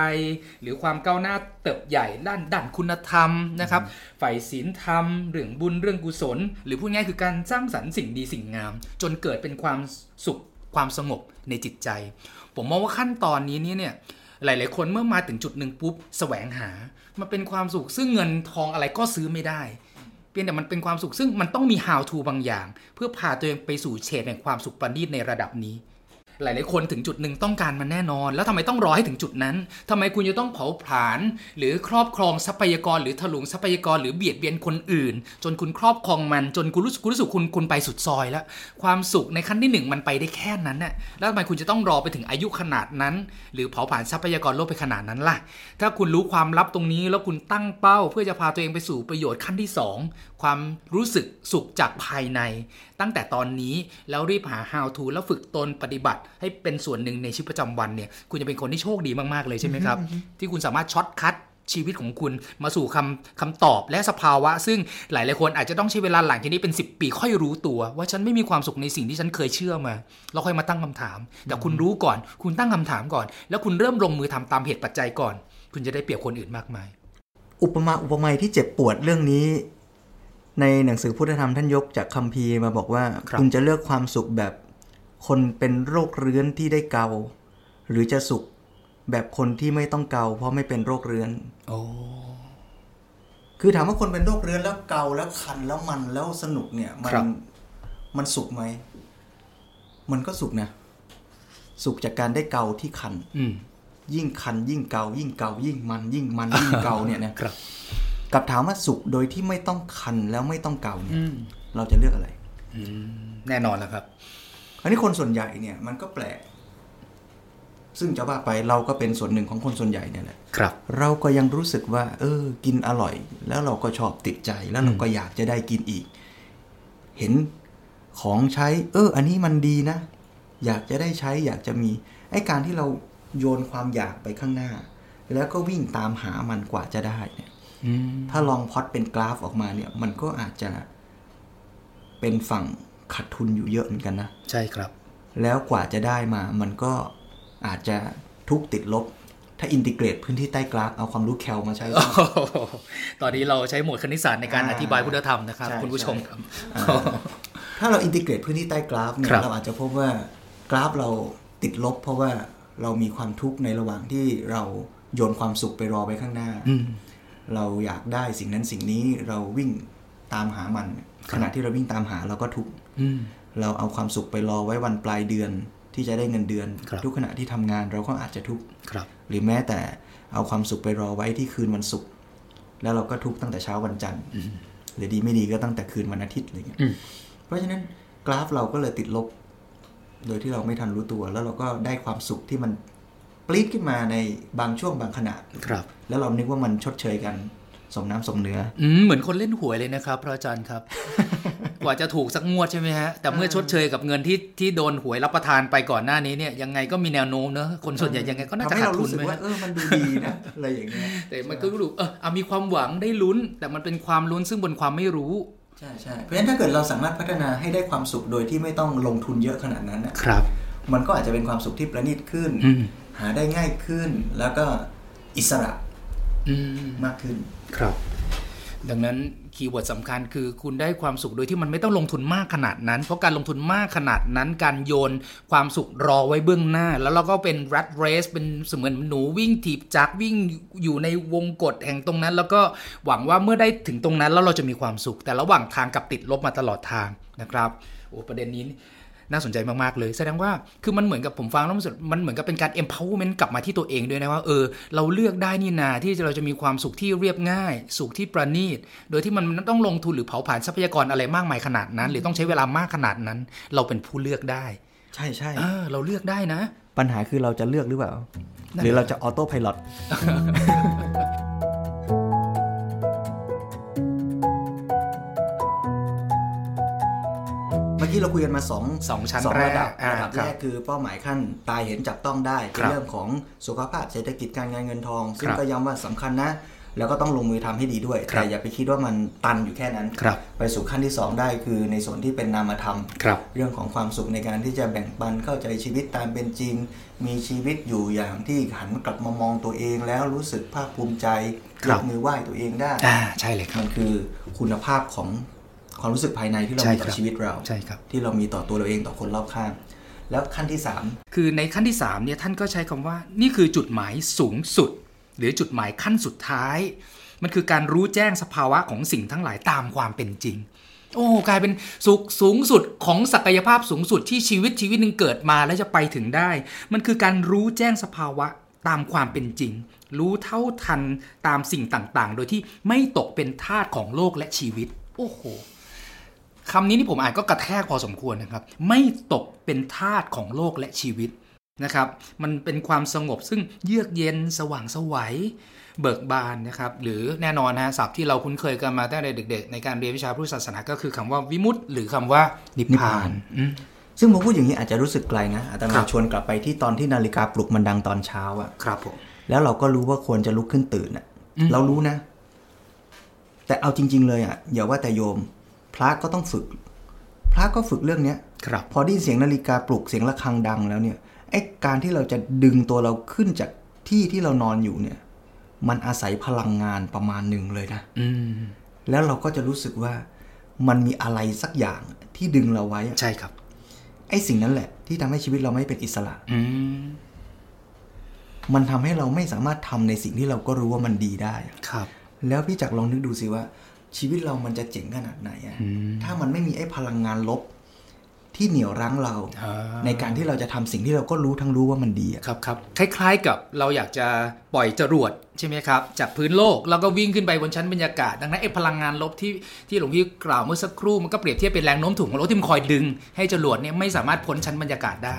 C: หรือความก้าวหน้าเติบใหญ่ด้านด้านคุณธรรมนะครับฝ่ายศีลธรรม เรื่องบุญเรื่องกุศล หรือพูดง่ายคือการสร้างสรรค์สิ่งดีสิ่งงาม จนเกิดเป็นความสุขความสงบในจิตใจ ผมมองว่าขั้นตอนนี้เนี่ย หลาย ๆ คนเมื่อมาถึงจุดหนึ่งปุ๊บแสวงหา มันเป็นความสุขซึ่งเงินทองอะไรก็ซื้อไม่ได้ เพียงแต่มันเป็นความสุขซึ่งมันต้องมี how to บางอย่าง เพื่อพาตัวเองไปสู่เฉดแห่งความสุขประณีตในระดับนี้ หลาย ๆ คนถึงจุดหนึ่งต้องการมันแน่นอน แล้วทำไมต้องรอให้ถึงจุดนั้นทำไมคุณจะต้องเผาผลาญหรือครอบครองทรัพยากร หรือถลุงทรัพยากรหรือเบียดเบียนคนอื่น จนคุณครอบครองมัน จนคุณรู้สึกคุณรู้สึกคุณคุณไปสุดซอยแล้ว ความสุขในขั้นที่หนึ่งมันไปได้แค่นั้นน่ะแล้วทำไมคุณจะต้องรอไปถึงอายุขนาดนั้น หรือเผาผลาญทรัพยากรโลกไปขนาดนั้นล่ะ ถ้าคุณรู้ความลับตรงนี้แล้วคุณตั้งเป้า เพื่อจะพาตัวเองไปสู่ประโยชน์ขั้นที่สองความรู้สึกสุขจากภายใน ตั้งแต่ตอนนี้แล้วรีบหา how to แล้วฝึกตนปฏิบัติ ให้เป็นส่วนหนึ่งในชีวิตประจำวันเนี่ยคุณจะเป็นคนที่โชคดีมากๆเลยใช่ไหมครับ ที่คุณสามารถช็อตคัดชีวิตของคุณมาสู่คำคำตอบและสภาวะ ซึ่งหลายๆคนอาจจะต้องใช้เวลาหลังจากนี้เป็น 10 ปีค่อยรู้ตัว ว่าฉันไม่มีความสุขในสิ่งที่ฉันเคยเชื่อมาแล้วค่อยมาตั้งคำถาม แต่คุณรู้ก่อน คุณตั้งคำถามก่อน แล้วคุณเริ่มลงมือทำตามเหตุปัจจัยก่อน คุณจะได้เปรียบคนอื่นมากมาย
B: อุปมาอุปไมยที่เจ็บปวดเรื่องนี้ ในหนังสือพุทธธรรมท่านยกจากคัมภีร์มาบอกว่า
C: ครับ
B: ณจะเลือกความสุขแบบ คนเป็นโรคเรื้อนที่ได้เกา หรือจะสุขแบบคนที่ไม่ต้องเกา เพราะไม่เป็นโรคเรื้อน
C: โอ้
B: คือถามว่าคนเป็นโรคเรื้อนแล้วเกาแล้วคันแล้วมันแล้วสนุกเนี่ย มั
C: ครับ
B: มันสุขไหม มันก็สุขนะ สุขจากการได้เกาที่คัน
C: อืม
B: ยิ่งคัน ยิ่งเกา ยิ่งเกา ยิ่งมัน ยิ่งมันยิ่งเกาเนี่ยนะ
C: ครับ
B: กับถามว่าสุขโดยที่ไม่ต้องคันแล้วไม่ต้องเกาเนี่ย
C: อืม
B: เราจะเลือกอะไร
C: แน่นอนแล้วครับ
B: อันนี้คนส่วนใหญ่เนี่ยมันก็แปลก ซึ่งจะว่าไปเราก็เป็นส่วนหนึ่งของคนส่วนใหญ่เนี่ยแหละ
C: ครับ
B: เราก็ยังรู้สึกว่า เออ กินอร่อย แล้วเราก็ชอบติดใจแล้วเราก็อยากจะได้กินอีก เห็น ของใช้ เออ อันนี้มันดีนะ อยากจะได้ใช้อยากจะมีไอ้การที่เราโยนความอยากไปข้างหน้า แล้วก็วิ่งตามหามันกว่าจะได้เนี่ย
C: อืม
B: ถ้าลองพล็อตเป็นกราฟออกมาเนี่ย มันก็อาจจะเป็นฝั่งขาดทุนอยู่เยอะเหมือนกันนะ
C: ใช่ครับ
B: แล้วกว่าจะได้มา มันก็อาจจะทุกข์ติดลบ ถ้าอินทิเกรตพื้นที่ใต้กราฟ เอาความรู้แคลมาใช้
C: ตอนนี้เราใช้หมวดคณิตศาสตร์ในการ
B: อ่า
C: อธิบายพุทธธรรมนะครับ
B: ใช่
C: คุณผู้ชมครับ
B: อ่า ถ้าเราอินทิเกรตพื้นที่ใต้กราฟเนี่
C: ครั
B: ย
C: บ
B: เราอาจจะพบว่ากราฟเราติดลบ เพราะว่าเรามีความทุกข์ในระหว่างที่เราโยนความสุขไปรอไปข้างหน้า
C: อืม
B: เราอยากได้สิ่งนั้นสิ่งนี้เราวิ่งตามหามัน ขณะที่เราวิ่งตามหาเราก็ทุกข์
C: อืม
B: เราเอาความสุขไปรอไว้วันปลายเดือนที่จะได้เงินเดือน
C: ครับ
B: ทุกขณะที่ทำงานเราก็อาจจะทุกข์
C: ครับ
B: หรือแม้แต่เอาความสุขไปรอไว้ที่คืนวันศุกร์แล้วเราก็ทุกข์ตั้งแต่เช้าวันจันทร์หรือดีไม่ดีก็ตั้งแต่คืนวันอาทิตย์อะไรเงี้ย
C: อืม
B: เพราะฉะนั้นกราฟเราก็เลยติดลบ โดยที่เราไม่ทันรู้ตัว แล้วเราก็ได้ความสุขที่มันปลีดขึ้นมาในบางช่วงบางขณะ
C: ครับ
B: แล้วเรานึกว่ามันชดเชยกันสมน้ำสมเนื้อ
C: อืมเหมือนคนเล่นหวยเลยนะครับพระอาจารย์ครับ <laughs> กว่าจะถูกสักงวดใช่ไหมฮะ แต่เมื่อชดเชยกับเงินที่ที่โดนหวยรับประทานไปก่อนหน้านี้เนี่ยยังไงก็มีแนวโน้มเนอะคนส่วนใหญ่ยังไงก็น่าจะ
B: ทำให้
C: ขาด
B: เรา
C: ทุน
B: รู้สึก
C: ไหม
B: ว่า
C: ฮะ
B: เออมันดูดีนะอะไรอย่างเงี้ย
C: แต่มันก็รู้เอออ่ะมีความหวังได้ลุ้น แต่มันเป็นความลุ้นซึ่งบนความไม่รู้
B: ใช่ใช่เพราะฉะนั้นถ้าเกิดเราสามารถพัฒนาให้ได้ความสุขโดยที่ไม่ต้องลงทุนเยอะขนาดนั้นนะครับ มันก็อาจจะเป็นความสุขที่ประณีตขึ้น
C: อืม
B: หาได้ง่ายขึ้น แล้วก็อิสระ
C: อืม
B: มากขึ้น
C: ครับ ดังนั้นคีย์เวิร์ดสำคัญคือคุณได้ความสุขโดยที่มันไม่ต้องลงทุนมากขนาดนั้น เพราะการลงทุนมากขนาดนั้น การโยนความสุขรอไว้เบื้องหน้า แล้วเราก็เป็น rat race เป็นเสมือนหนูวิ่งถีบจักรวิ่งอยู่ในวงกฎแห่งตรงนั้น แล้วก็หวังว่าเมื่อได้ถึงตรงนั้นแล้วเราจะมีความสุข แต่ระหว่างทางกลับติดลบมาตลอดทางนะครับโอ้ประเด็นนี้ น่าสนใจมาก ๆ เลย แสดงว่าคือมันเหมือนกับผมฟังแล้วมันรู้สึกมันเหมือนกับเป็นการ empowerment กลับมาที่ตัวเองด้วยนะว่าเออเราเลือกได้นี่นาที่เราจะมีความสุขที่เรียบง่าย สุขที่ประณีต โดยที่มันไม่ต้องลงทุนหรือเผาผลาญทรัพยากรอะไรมากมายขนาดนั้น หรือต้องใช้เวลามากขนาดนั้น เราเป็นผู้เลือกได้
B: ใช่ใช่
C: เออเราเลือกได้นะ
B: ปัญหาคือเราจะเลือกหรือเปล่า
C: นั่น
B: หรือเราจะออโต้พายロ <laughs> เมื่อกี้เราคุยกันมาสอง
C: สองชั้น
B: สอง
C: แร
B: ระ
C: ก
B: ดับ
C: อ่า
B: ระดับ
C: ค
B: แร
C: รับ
B: กคือเป้าหมายขั้นตายเห็นจับต้องได้
C: ค
B: เป็
C: น รับ
B: เรื่องของสุขภาพเศรษฐกิจการงานเงินทอง ซึ่
C: ค
B: ง
C: รับ
B: ก็ย้ำว่าสำคัญนะ แล้วก็ต้องลงมือทำให้ดีด้วย
C: ครับ
B: แต่อย่าไปคิดว่ามันตันอยู่แค่นั้น
C: ครับ
B: ไปสู่ขั้นที่ 2 ได้คือในส่วนที่เป็นนามธรรม
C: ครับ
B: เรื่องของความสุขในการที่จะแบ่งปันเข้าใจชีวิตตามเป็นจริง มีชีวิตอยู่อย่างที่หันกลับมามองตัวเองแล้วรู้สึกภาคภูมิใจ
C: ค
B: ย
C: รับ
B: กมือไหว้ตัวเองได้
C: อ่าใช่เลยครับ
B: มันคือคุณภาพของความรู้สึกภายในที่เรา
C: ใช่
B: มี
C: ค
B: ต่
C: รั
B: อบ ชีวิตเรา
C: ใช่ครับ
B: ที่เรามีต่อตัวเราเองต่อคนรอบข้าง แล้วขั้นที่
C: คือในขั้นที่3เนี่ยท่านก็ใช้คำว่านี่คือจุดหมายสูงสุด หรือจุดหมายขั้นสุดท้าย มันคือการรู้แจ้งสภาวะของสิ่งทั้งหลายตามความเป็นจริง โอ้กลายเป็นสุขสูงสุดของศักยภาพสูงสุดที่ชีวิตชีวิตหนึ่งเกิดมาแล้วจะไปถึงได้ มันคือการรู้แจ้งสภาวะตามความเป็นจริง รู้เท่าทันตามสิ่งต่างๆ โดยที่ไม่ตกเป็นทาสของโลกและชีวิต โอ้โห คำนี้นี่ผมอ่านก็กระแทกพอสมควรนะครับ ไม่ตกเป็นทาสของโลกและชีวิตนะครับ มันเป็นความสงบซึ่งเยือกเย็นสว่างไสวัย เบิกบานนะครับ หรือแน่นอนนะฮะศัพท์ที่เราคุ้นเคยกันมาตั้งแต่เด็ก ๆ ในการเรียนวิชาพุทธศาสนาก็คือคำว่าวิมุตติหรือคำว่านิพพานอืม
B: 3 ซึ่งผมพูดอย่างนี้อาจจะรู้สึกไกลนะอาต
C: ครั
B: มา
C: บ
B: ชวนกลับไปที่ตอนที่นาฬิกาปลุกมันดังตอนเช้าอะ
C: ครับผม
B: แล้วเราก็รู้ว่าควรจะลุกขึ้นตื่นอะ
C: อืม
B: เรารู้นะ แต่เอาจริง ๆ เลยอะอย่าว่าแต่โยม พระก็ต้องฝึก พระก็ฝึกเรื่องเนี้ย
C: ครับ
B: พอได้ยินเสียงนาฬิกาปลุกเสียงะระฆังดังแล้วเนี่ยไอ้การที่เราจะดึงตัวเราขึ้นจากที่ที่เรานอนอยู่เนี่ย มันอาศัยพลังงานประมาณหนึ่งเลยนะ
C: อืม
B: แล้วเราก็จะรู้สึกว่ามันมีอะไรสักอย่างที่ดึงเราไว้อะ
C: ใช่ครับ
B: ไอ้สิ่งนั้นแหละ ที่ทำให้ชีวิตเราไม่เป็นอิสระ
C: อืม
B: มันทำให้เราไม่สามารถทำในสิ่งที่เราก็รู้ว่ามันดีได้อะ
C: ครับ
B: แล้วพี่จักรลองนึกดูสิว่า ชีวิตเรามันจะเจ๋งขนาดไหนอะถ้ามันไม่มีไอ้พลังงานลบที่เหนี่ยวรั้งเรา
C: อ่า
B: ในการที่เราจะทำสิ่งที่เราก็รู้ทั้งรู้ว่ามันดีอะ
C: ครับครับคล้ายๆกับเราอยากจะปล่อยจรวดใช่ไหมครับ จากพื้นโลกแล้วก็วิ่งขึ้นไปบนชั้นบรรยากาศ ดังนั้นไอ้พลังงานลบที่ที่หลวงพี่กล่าวเมื่อสักครู่มันก็เปรียบเทียบเป็นแรงโน้มถ่วงของรถที่มันคอยดึง ให้จรวดเนี่ยไม่สามารถพ้นชั้นบรรยากาศได้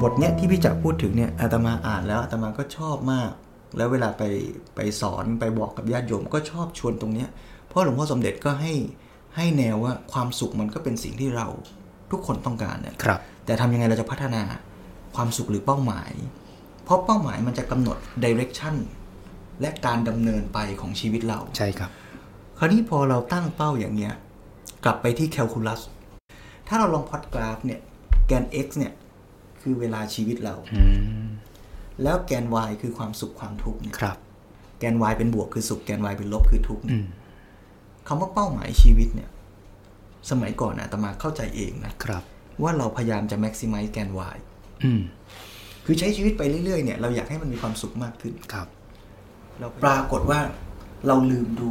B: บทเนี้ยที่พี่จักรพูดถึงเนี่ยอาตมาอ่านแล้วอาตมาก็ชอบมาก แล้วเวลาไปไปสอนไปบอกกับญาติโยมก็ชอบชวนตรงเนี้ยเพราะหลวงพ่อสมเด็จก็ให้ให้แนวว่าความสุขมันก็เป็นสิ่งที่เราทุกคนต้องการเนี่ย
C: ครับ
B: แต่ทำยังไงเราจะพัฒนาความสุขหรือเป้าหมาย เพราะเป้าหมายมันจะกำหนด direction และการดำเนินไปของชีวิตเรา
C: ใช่ครับ
B: คราวนี้พอเราตั้งเป้าอย่างเนี้ย กลับไปที่แคลคูลัส ถ้าเราลองพอดกราฟเนี่ย แกน x เนี่ย คือเวลาชีวิตเรา
C: อืม
B: แล้วแกน y คือความสุขความทุกข์เนี่ย
C: ครับ
B: แกน y เป็นบวกคือสุข แกน y เป็นลบคือทุกข์
C: อื
B: เนี่ย
C: ม
B: คำว่าเป้าหมายชีวิตเนี่ย สมัยก่อนอาตมาเข้าใจเองนะ
C: ครับ
B: ว่าเราพยายามจะ maximize แกน y
C: อืม
B: คือใช้ชีวิตไปเรื่อยๆเนี่ยเราอยากให้มันมีความสุขมากขึ้น
C: ครับ
B: เราปรากฏว่าเราลืมดู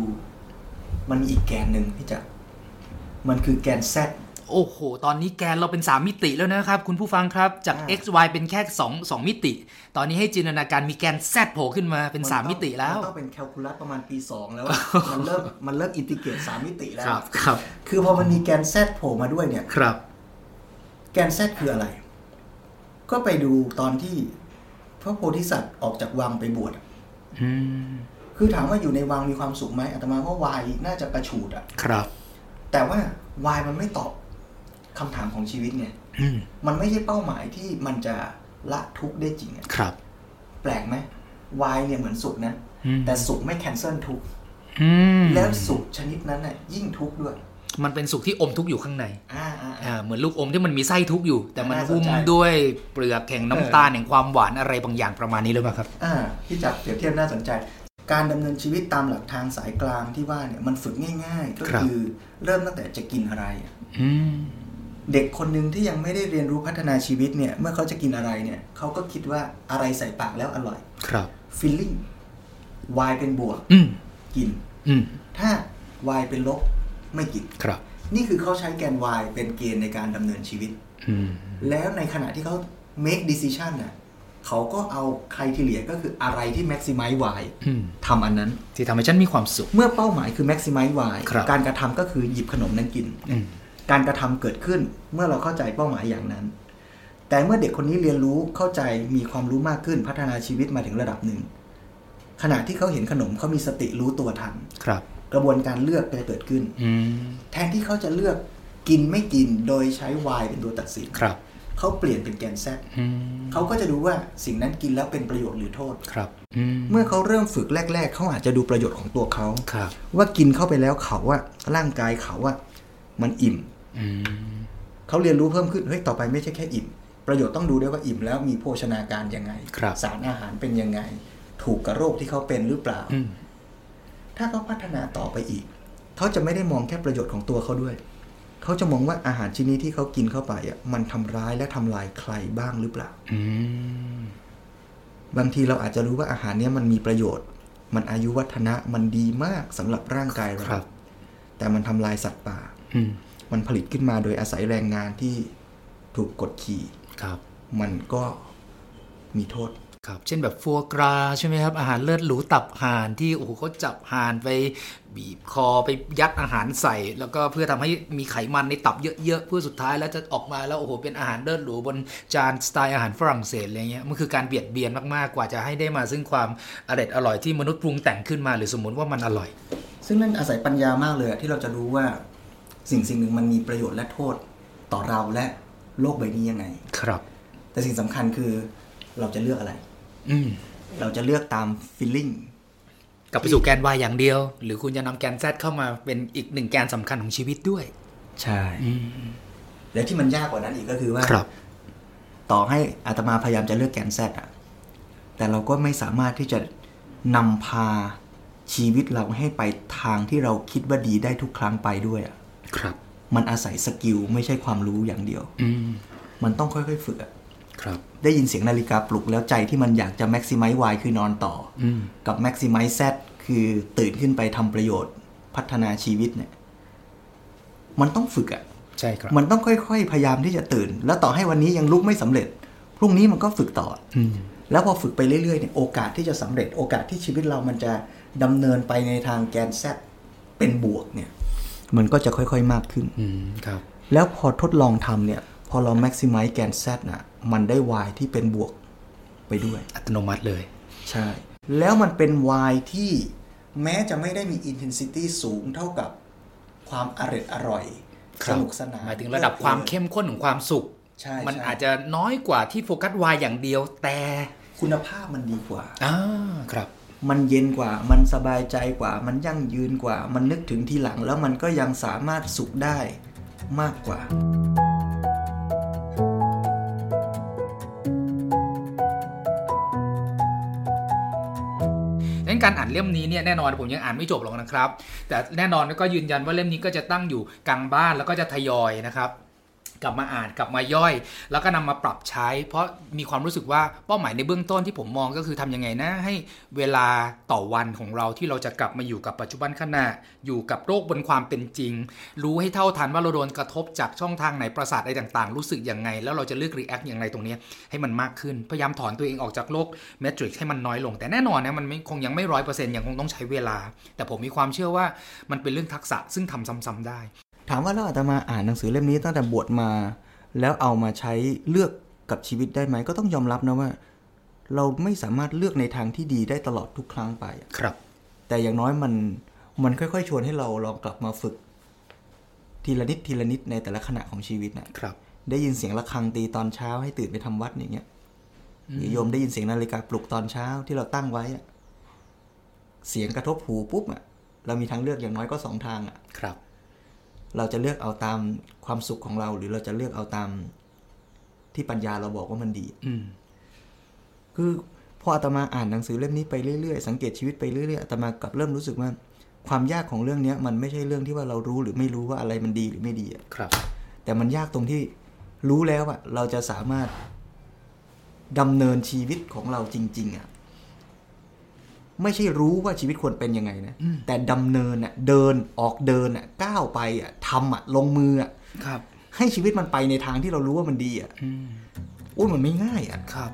B: มันมีอีกแกนหนึ่งพี่จักรมันคือแกน Z
C: โอ้โห ตอนนี้แกนเราเป็น 3 มิติแล้วนะครับ คุณผู้ฟังครับ จาก
B: อ่า
C: x y เป็นแค่2 2มิติ ตอนนี้ให้จินตนาการมีแกน z โผล่ขึ้นมาเป็น 3 มิติแล้ว
B: มันต้องเป็นแคลคูลัสประมาณปี 2 แล้วอะมันเริ่มมันเริ่มอินทิเกรตสามมิติแล้ว
C: ครับ ครับ
B: คือพอมันมีแกน Z โผล่มาด้วยเนี่ย
C: ครับ
B: แกน Z คืออะไร ก็ไปดูตอนที่พระโพธิสัตว์ออกจากวังไปบวชอะ
C: อืม
B: คือถามว่าอยู่ในวังมีความสุขไหมอาตมาว่าวายน่าจะกระฉูดอะ
C: ครับ
B: แต่ว่าวายมันไม่ตอบคำถามของชีวิตไง
C: อืม
B: มันไม่ใช่เป้าหมายที่มันจะละทุกข์ได้จริงอะ
C: ครับ
B: แปลกไหมวายเนี่ยเหมือนสุขนะ
C: อืม
B: แต่สุขไม่แคนเซิลทุกข์
C: อืม
B: แล้วสุขชนิดนั้นน่ะยิ่งทุกข์ด้วย
C: มันเป็นสุขที่อมทุกข์อยู่ข้างใน
B: อ่าอ่าอ่า
C: อ่า เหมือนลูกอมที่มันมีไส้ทุกข์อยู่ แต่มัน
B: น่าสนใจ
C: หุ้มด้วยเปลือกแห่งน้ำตาลแห่งความหวานอะไรบางอย่างประมาณนี้หรือเปล่าครับ
B: อ่าพี่จับเปรียบเทียบน่าสนใจ การดำเนินชีวิตตามหลักทางสายกลางที่ว่าเนี่ยมันฝึกง่ายๆ ก็
C: ครับ
B: คือเริ่มตั้งแต่จะกินอะไรอะ
C: อืม
B: เด็กคนหนึ่งที่ยังไม่ได้เรียนรู้พัฒนาชีวิตเนี่ยเมื่อเขาจะกินอะไรเนี่ยเขาก็คิดว่าอะไรใส่ปากแล้วอร่อย
C: ครับ
B: ฟิลลิ่งวายเป็นบวก
C: อืม
B: กิน
C: อืม
B: ถ้าวายเป็นลบไม่กิน
C: ครับ
B: นี่คือเขาใช้แกนวายเป็นเกณฑ์ในการดำเนินชีวิต
C: อืม
B: แล้วในขณะที่เขา make decision น่ะเขาก็เอาใครที่เหลือก็คืออะไรที่ maximize y
C: อืม
B: ทำอันนั้น
C: ที่ทำให้ฉันมีความสุข
B: เมื่อเป้าหมายคือ maximize y
C: ครับ
B: การกระทำก็คือหยิบขนมนั้นกิน
C: อืม
B: การกระทำเกิดขึ้นเมื่อเราเข้าใจเป้าหมายอย่างนั้น แต่เมื่อเด็กคนนี้เรียนรู้เข้าใจมีความรู้มากขึ้นพัฒนาชีวิตมาถึงระดับหนึ่ง ขณะที่เขาเห็นขนมเขามีสติรู้ตัวทัน
C: ครับ
B: กระบวนการเลือกก็จะเกิดขึ้น
C: อืม
B: แทนที่เขาจะเลือกกินไม่กินโดยใช้วายเป็นตัวตัดสิน
C: ครับ
B: เขาเปลี่ยนเป็นแกนแซด
C: อืม
B: เขาก็จะดูว่าสิ่งนั้นกินแล้วเป็นประโยชน์หรือโทษ
C: ครับ อืม
B: เมื่อเขาเริ่มฝึกแรก ๆ เขาอาจจะดูประโยชน์ของตัวเขา
C: ครับ
B: ว่ากินเข้าไปแล้วเขาว่าร่างกายเขาว่ามันอิ่ม
C: อืม
B: เขาเรียนรู้เพิ่มขึ้น เฮ้ย ต่อไปไม่ใช่แค่อิ่ม ประโยชน์ต้องดูด้วยว่าอิ่มแล้วมีโภชนาการยังไง
C: ครับ
B: สารอาหารเป็นยังไง ถูกกับโรคที่เขาเป็นหรือเปล่า
C: อืม
B: ถ้าเขาพัฒนาต่อไปอีก เขาจะไม่ได้มองแค่ประโยชน์ของตัวเขาด้วย เขาจะมองว่าอาหารชนิดที่เขากินเข้าไปอ่ะ มันทำร้ายและทำลายใครบ้างหรือเปล่า
C: อืม
B: บางทีเราอาจจะรู้ว่าอาหารเนี้ยมันมีประโยชน์ มันอายุวัฒนะ มันดีมากสำหรับร่างกายเรา
C: ครับ
B: แต่มันทำลายสัตว์ป่า
C: อืม
B: มันผลิตขึ้นมาโดยอาศัยแรงงานที่ถูกกดขี่
C: ครับ
B: มันก็มีโทษ
C: ครับ เช่นแบบฟัวกราใช่ไหมครับ อาหารเลือดหรูตับห่านที่ โอ้โหเขาจับห่านไปบีบคอไปยัดอาหารใส่ แล้วก็เพื่อทำให้มีไขมันในตับเยอะๆ เพื่อสุดท้ายแล้วจะออกมาแล้ว โอ้โห เป็นอาหารเลือดหรูบนจานสไตล์อาหารฝรั่งเศสอะไรเงี้ย มันคือการเบียดเบียนมากๆ กว่าจะให้ได้มาซึ่งความอร่อยอร่อยที่มนุษย์ปรุงแต่งขึ้นมา หรือสมมติว่ามันอร่อย
B: ซึ่งนั่นอาศัยปัญญามากเลยอะที่เราจะรู้ว่าสิ่งสิ่งหนึ่งมันมีประโยชน์และโทษต่อเราและโลกใบนี้ยังไง
C: ครับ
B: แต่สิ่งสำคัญคือเราจะเลือกอะไร
C: อืม
B: เราจะเลือกตามฟีลลิ่ง
C: กลับไปสู่แกน Y อย่างเดียว หรือคุณจะนำแกน Z เข้ามาเป็นอีกหนึ่งแกนสำคัญของชีวิตด้วย
B: ใช่และที่มันยากกว่านั้นอีกก็คือว่า
C: ครับ
B: ต่อให้อาตมาพยายามจะเลือกแกนแซดอะแต่เราก็ไม่สามารถที่จะนำพาชีวิตเราให้ไปทางที่เราคิดว่าดีได้ทุกครั้งไปด้วยอะ
C: ครับ
B: มันอาศัยสกิลไม่ใช่ความรู้อย่างเดียว
C: อืม
B: มันต้องค่อยๆฝึกอะ
C: ครับ
B: ได้ยินเสียงนาฬิกาปลุกแล้วใจที่มันอยากจะ maximize y คือนอนต่ออ
C: ม
B: กับ maximize z คือตื่นขึ้นไปทำประโยชน์พัฒนาชีวิตเนี่ย มันต้องฝึกอะ่ะ
C: ใช่ครับ
B: มันต้องค่อยๆ พยายามที่จะตื่น แล้วต่อให้วันนี้ยังลุกไม่สำเร็จ พรุ่งนี้มันก็ฝึกต่ออ
C: อืม
B: แล้วพอฝึกไปเรื่อยๆเนี่ยโอกาสที่จะสำเร็จ โอกาสที่ชีวิตเรามันจะดำเนินไปในทางแกน z เป็นบวกเนี่ย มันก็จะค่อยๆมากขึ้น
C: อืม ครับ
B: แล้วพอทดลองทำเนี่ย พอเรา maximize แกน z น่ะ มันได้ y ที่เป็นบวกไปด้วย
C: อัตโนมัติเลย
B: ใช่ แล้วมันเป็นไวน์ที่แม้จะไม่ได้มีอินเทนซิตี้สูงเท่ากับความอร่อยอร่อย
C: ค
B: ส
C: รับ
B: นุกสนาน
C: หมายถึงระดับความเข้มข้นของความสุข
B: ใช่ใช่
C: มันอาจจะน้อยกว่าที่โฟกัสวายอย่างเดียวแต่
B: คุณภาพมันดีกว่า
C: อ่าครับ
B: มันเย็นกว่า มันสบายใจกว่า มันยั่งยืนกว่า มันนึกถึงทีหลัง แล้วมันก็ยังสามารถสุขได้มากกว่า
C: งั้นการอ่านเล่มนี้เนี่ยแน่นอนผมยังอ่านไม่จบหรอกนะครับ แต่แน่นอนก็ยืนยันว่าเล่มนี้ก็จะตั้งอยู่กลางบ้านแล้วก็จะทยอยนะครับ กลับมาอ่านกลับมาย่อย แล้วก็นำมาปรับใช้ เพราะมีความรู้สึกว่าเป้าหมายในเบื้องต้นที่ผมมองก็คือทำยังไงนะ ให้เวลาต่อวันของเราที่เราจะกลับมาอยู่กับปัจจุบันขณะ อยู่กับโรคบนความเป็นจริง รู้ให้เท่าทันว่าเราโดนกระทบจากช่องทางไหนประสาทอะไรต่างๆ รู้สึกยังไง แล้วเราจะเลือกรีแอคอย่างไรตรงเนี้ยให้มันมากขึ้น พยายามถอนตัวเองออกจากโลกเมทริกให้มันน้อยลง แต่แน่นอนนะมันไม่คงยังไม่ร้อยเปอร์เซ็นต์ยังคงต้องใช้เวลา แต่ผมมีความเชื่อว่ามันเป็นเรื่องทักษะซึ่งทำซ้ำๆได้
B: ถามว่าเราอาตมาอ่านหนังสือเล่มนี้ตั้งแต่บวชมา แล้วเอามาใช้เลือกกับชีวิตได้ไหม ก็ต้องยอมรับนะว่า เราไม่สามารถเลือกในทางที่ดีได้ตลอดทุกครั้งไป
C: ครับ
B: แต่อย่างน้อยมันมันค่อยๆ ชวนให้เราลองกลับมาฝึก ทีละนิดทีละนิดในแต่ละขณะของชีวิตน่ะ
C: ครับ
B: ได้ยินเสียงะระฆังตีตอนเช้าให้ตื่นไปทำวัดอย่างเงี้ยหรือโยมได้ยินเสียงนาฬิกาปลุกตอนเช้าที่เราตั้งไว้อะเสียงกระทบหูปุ๊บอะเรามีทางเลือกอย่างน้อยก็สองทางอะ
C: ครับ
B: เราจะเลือกเอาตามความสุขของเรา หรือเราจะเลือกเอาตามที่ปัญญาเราบอกว่ามันดี
C: อืม
B: คือพออาตมาอ่านหนังสือเล่มนี้ไปเรื่อยๆสังเกตชีวิตไปเรื่อยๆอาตมากลับเริ่มรู้สึกว่า ความยากของเรื่องเนี้ยมันไม่ใช่เรื่องที่ว่าเรารู้หรือไม่รู้ว่าอะไรมันดีหรือไม่ดีอะ
C: ครับ
B: แต่มันยากตรงที่รู้แล้วอะเราจะสามารถดำเนินชีวิตของเราจริง ๆอะไม่ใช่รู้ว่าชีวิตควรเป็นยังไงนะ แต่ดำเนินอะเดินออกเดินอะก้าวไปอะทำอะลงมืออะ
C: ครับ
B: ให้ชีวิตมันไปในทางที่เรารู้ว่ามันดีอะ
C: อืม
B: อุ้ยมันไม่ง่ายอะ
C: ครับ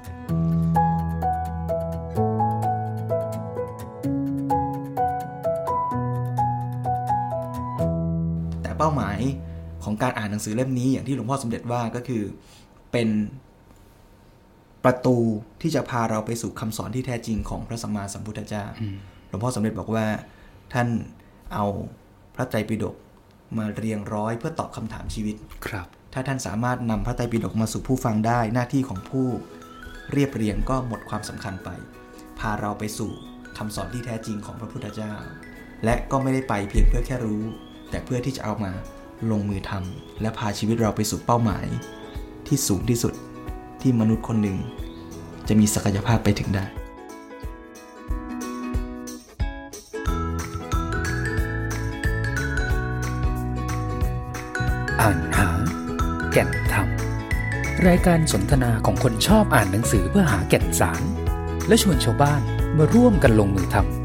B: แต่เป้าหมายของการอ่านหนังสือเล่มนี้อย่างที่หลวงพ่อสมเด็จว่าก็คือเป็นประตูที่จะพาเราไปสู่คำสอนที่แท้จริงของพระสัมมาสัมพุทธเจ้า
C: อืม
B: หลวงพ่อสมเด็จบอกว่าท่านเอาพระไตรปิฎกมาเรียงร้อยเพื่อตอบคำถามชีวิต
C: ครับ
B: ถ้าท่านสามารถนำพระไตรปิฎกมาสู่ผู้ฟังได้ หน้าที่ของผู้เรียบเรียงก็หมดความสำคัญไป พาเราไปสู่คำสอนที่แท้จริงของพระพุทธเจ้า และก็ไม่ได้ไปเพียงเพื่อแค่รู้ แต่เพื่อที่จะเอามาลงมือทำและพาชีวิตเราไปสู่เป้าหมาย ที่สูงที่สุดที่มนุษย์คนหนึ่ง จะมีศักยภาพไปถึงได้
A: อ่านหา แก่นธรรม รายการสนทนาของคนชอบอ่านหนังสือเพื่อหาแก่นสาร และชวนชาวบ้านมาร่วมกันลงมือทำ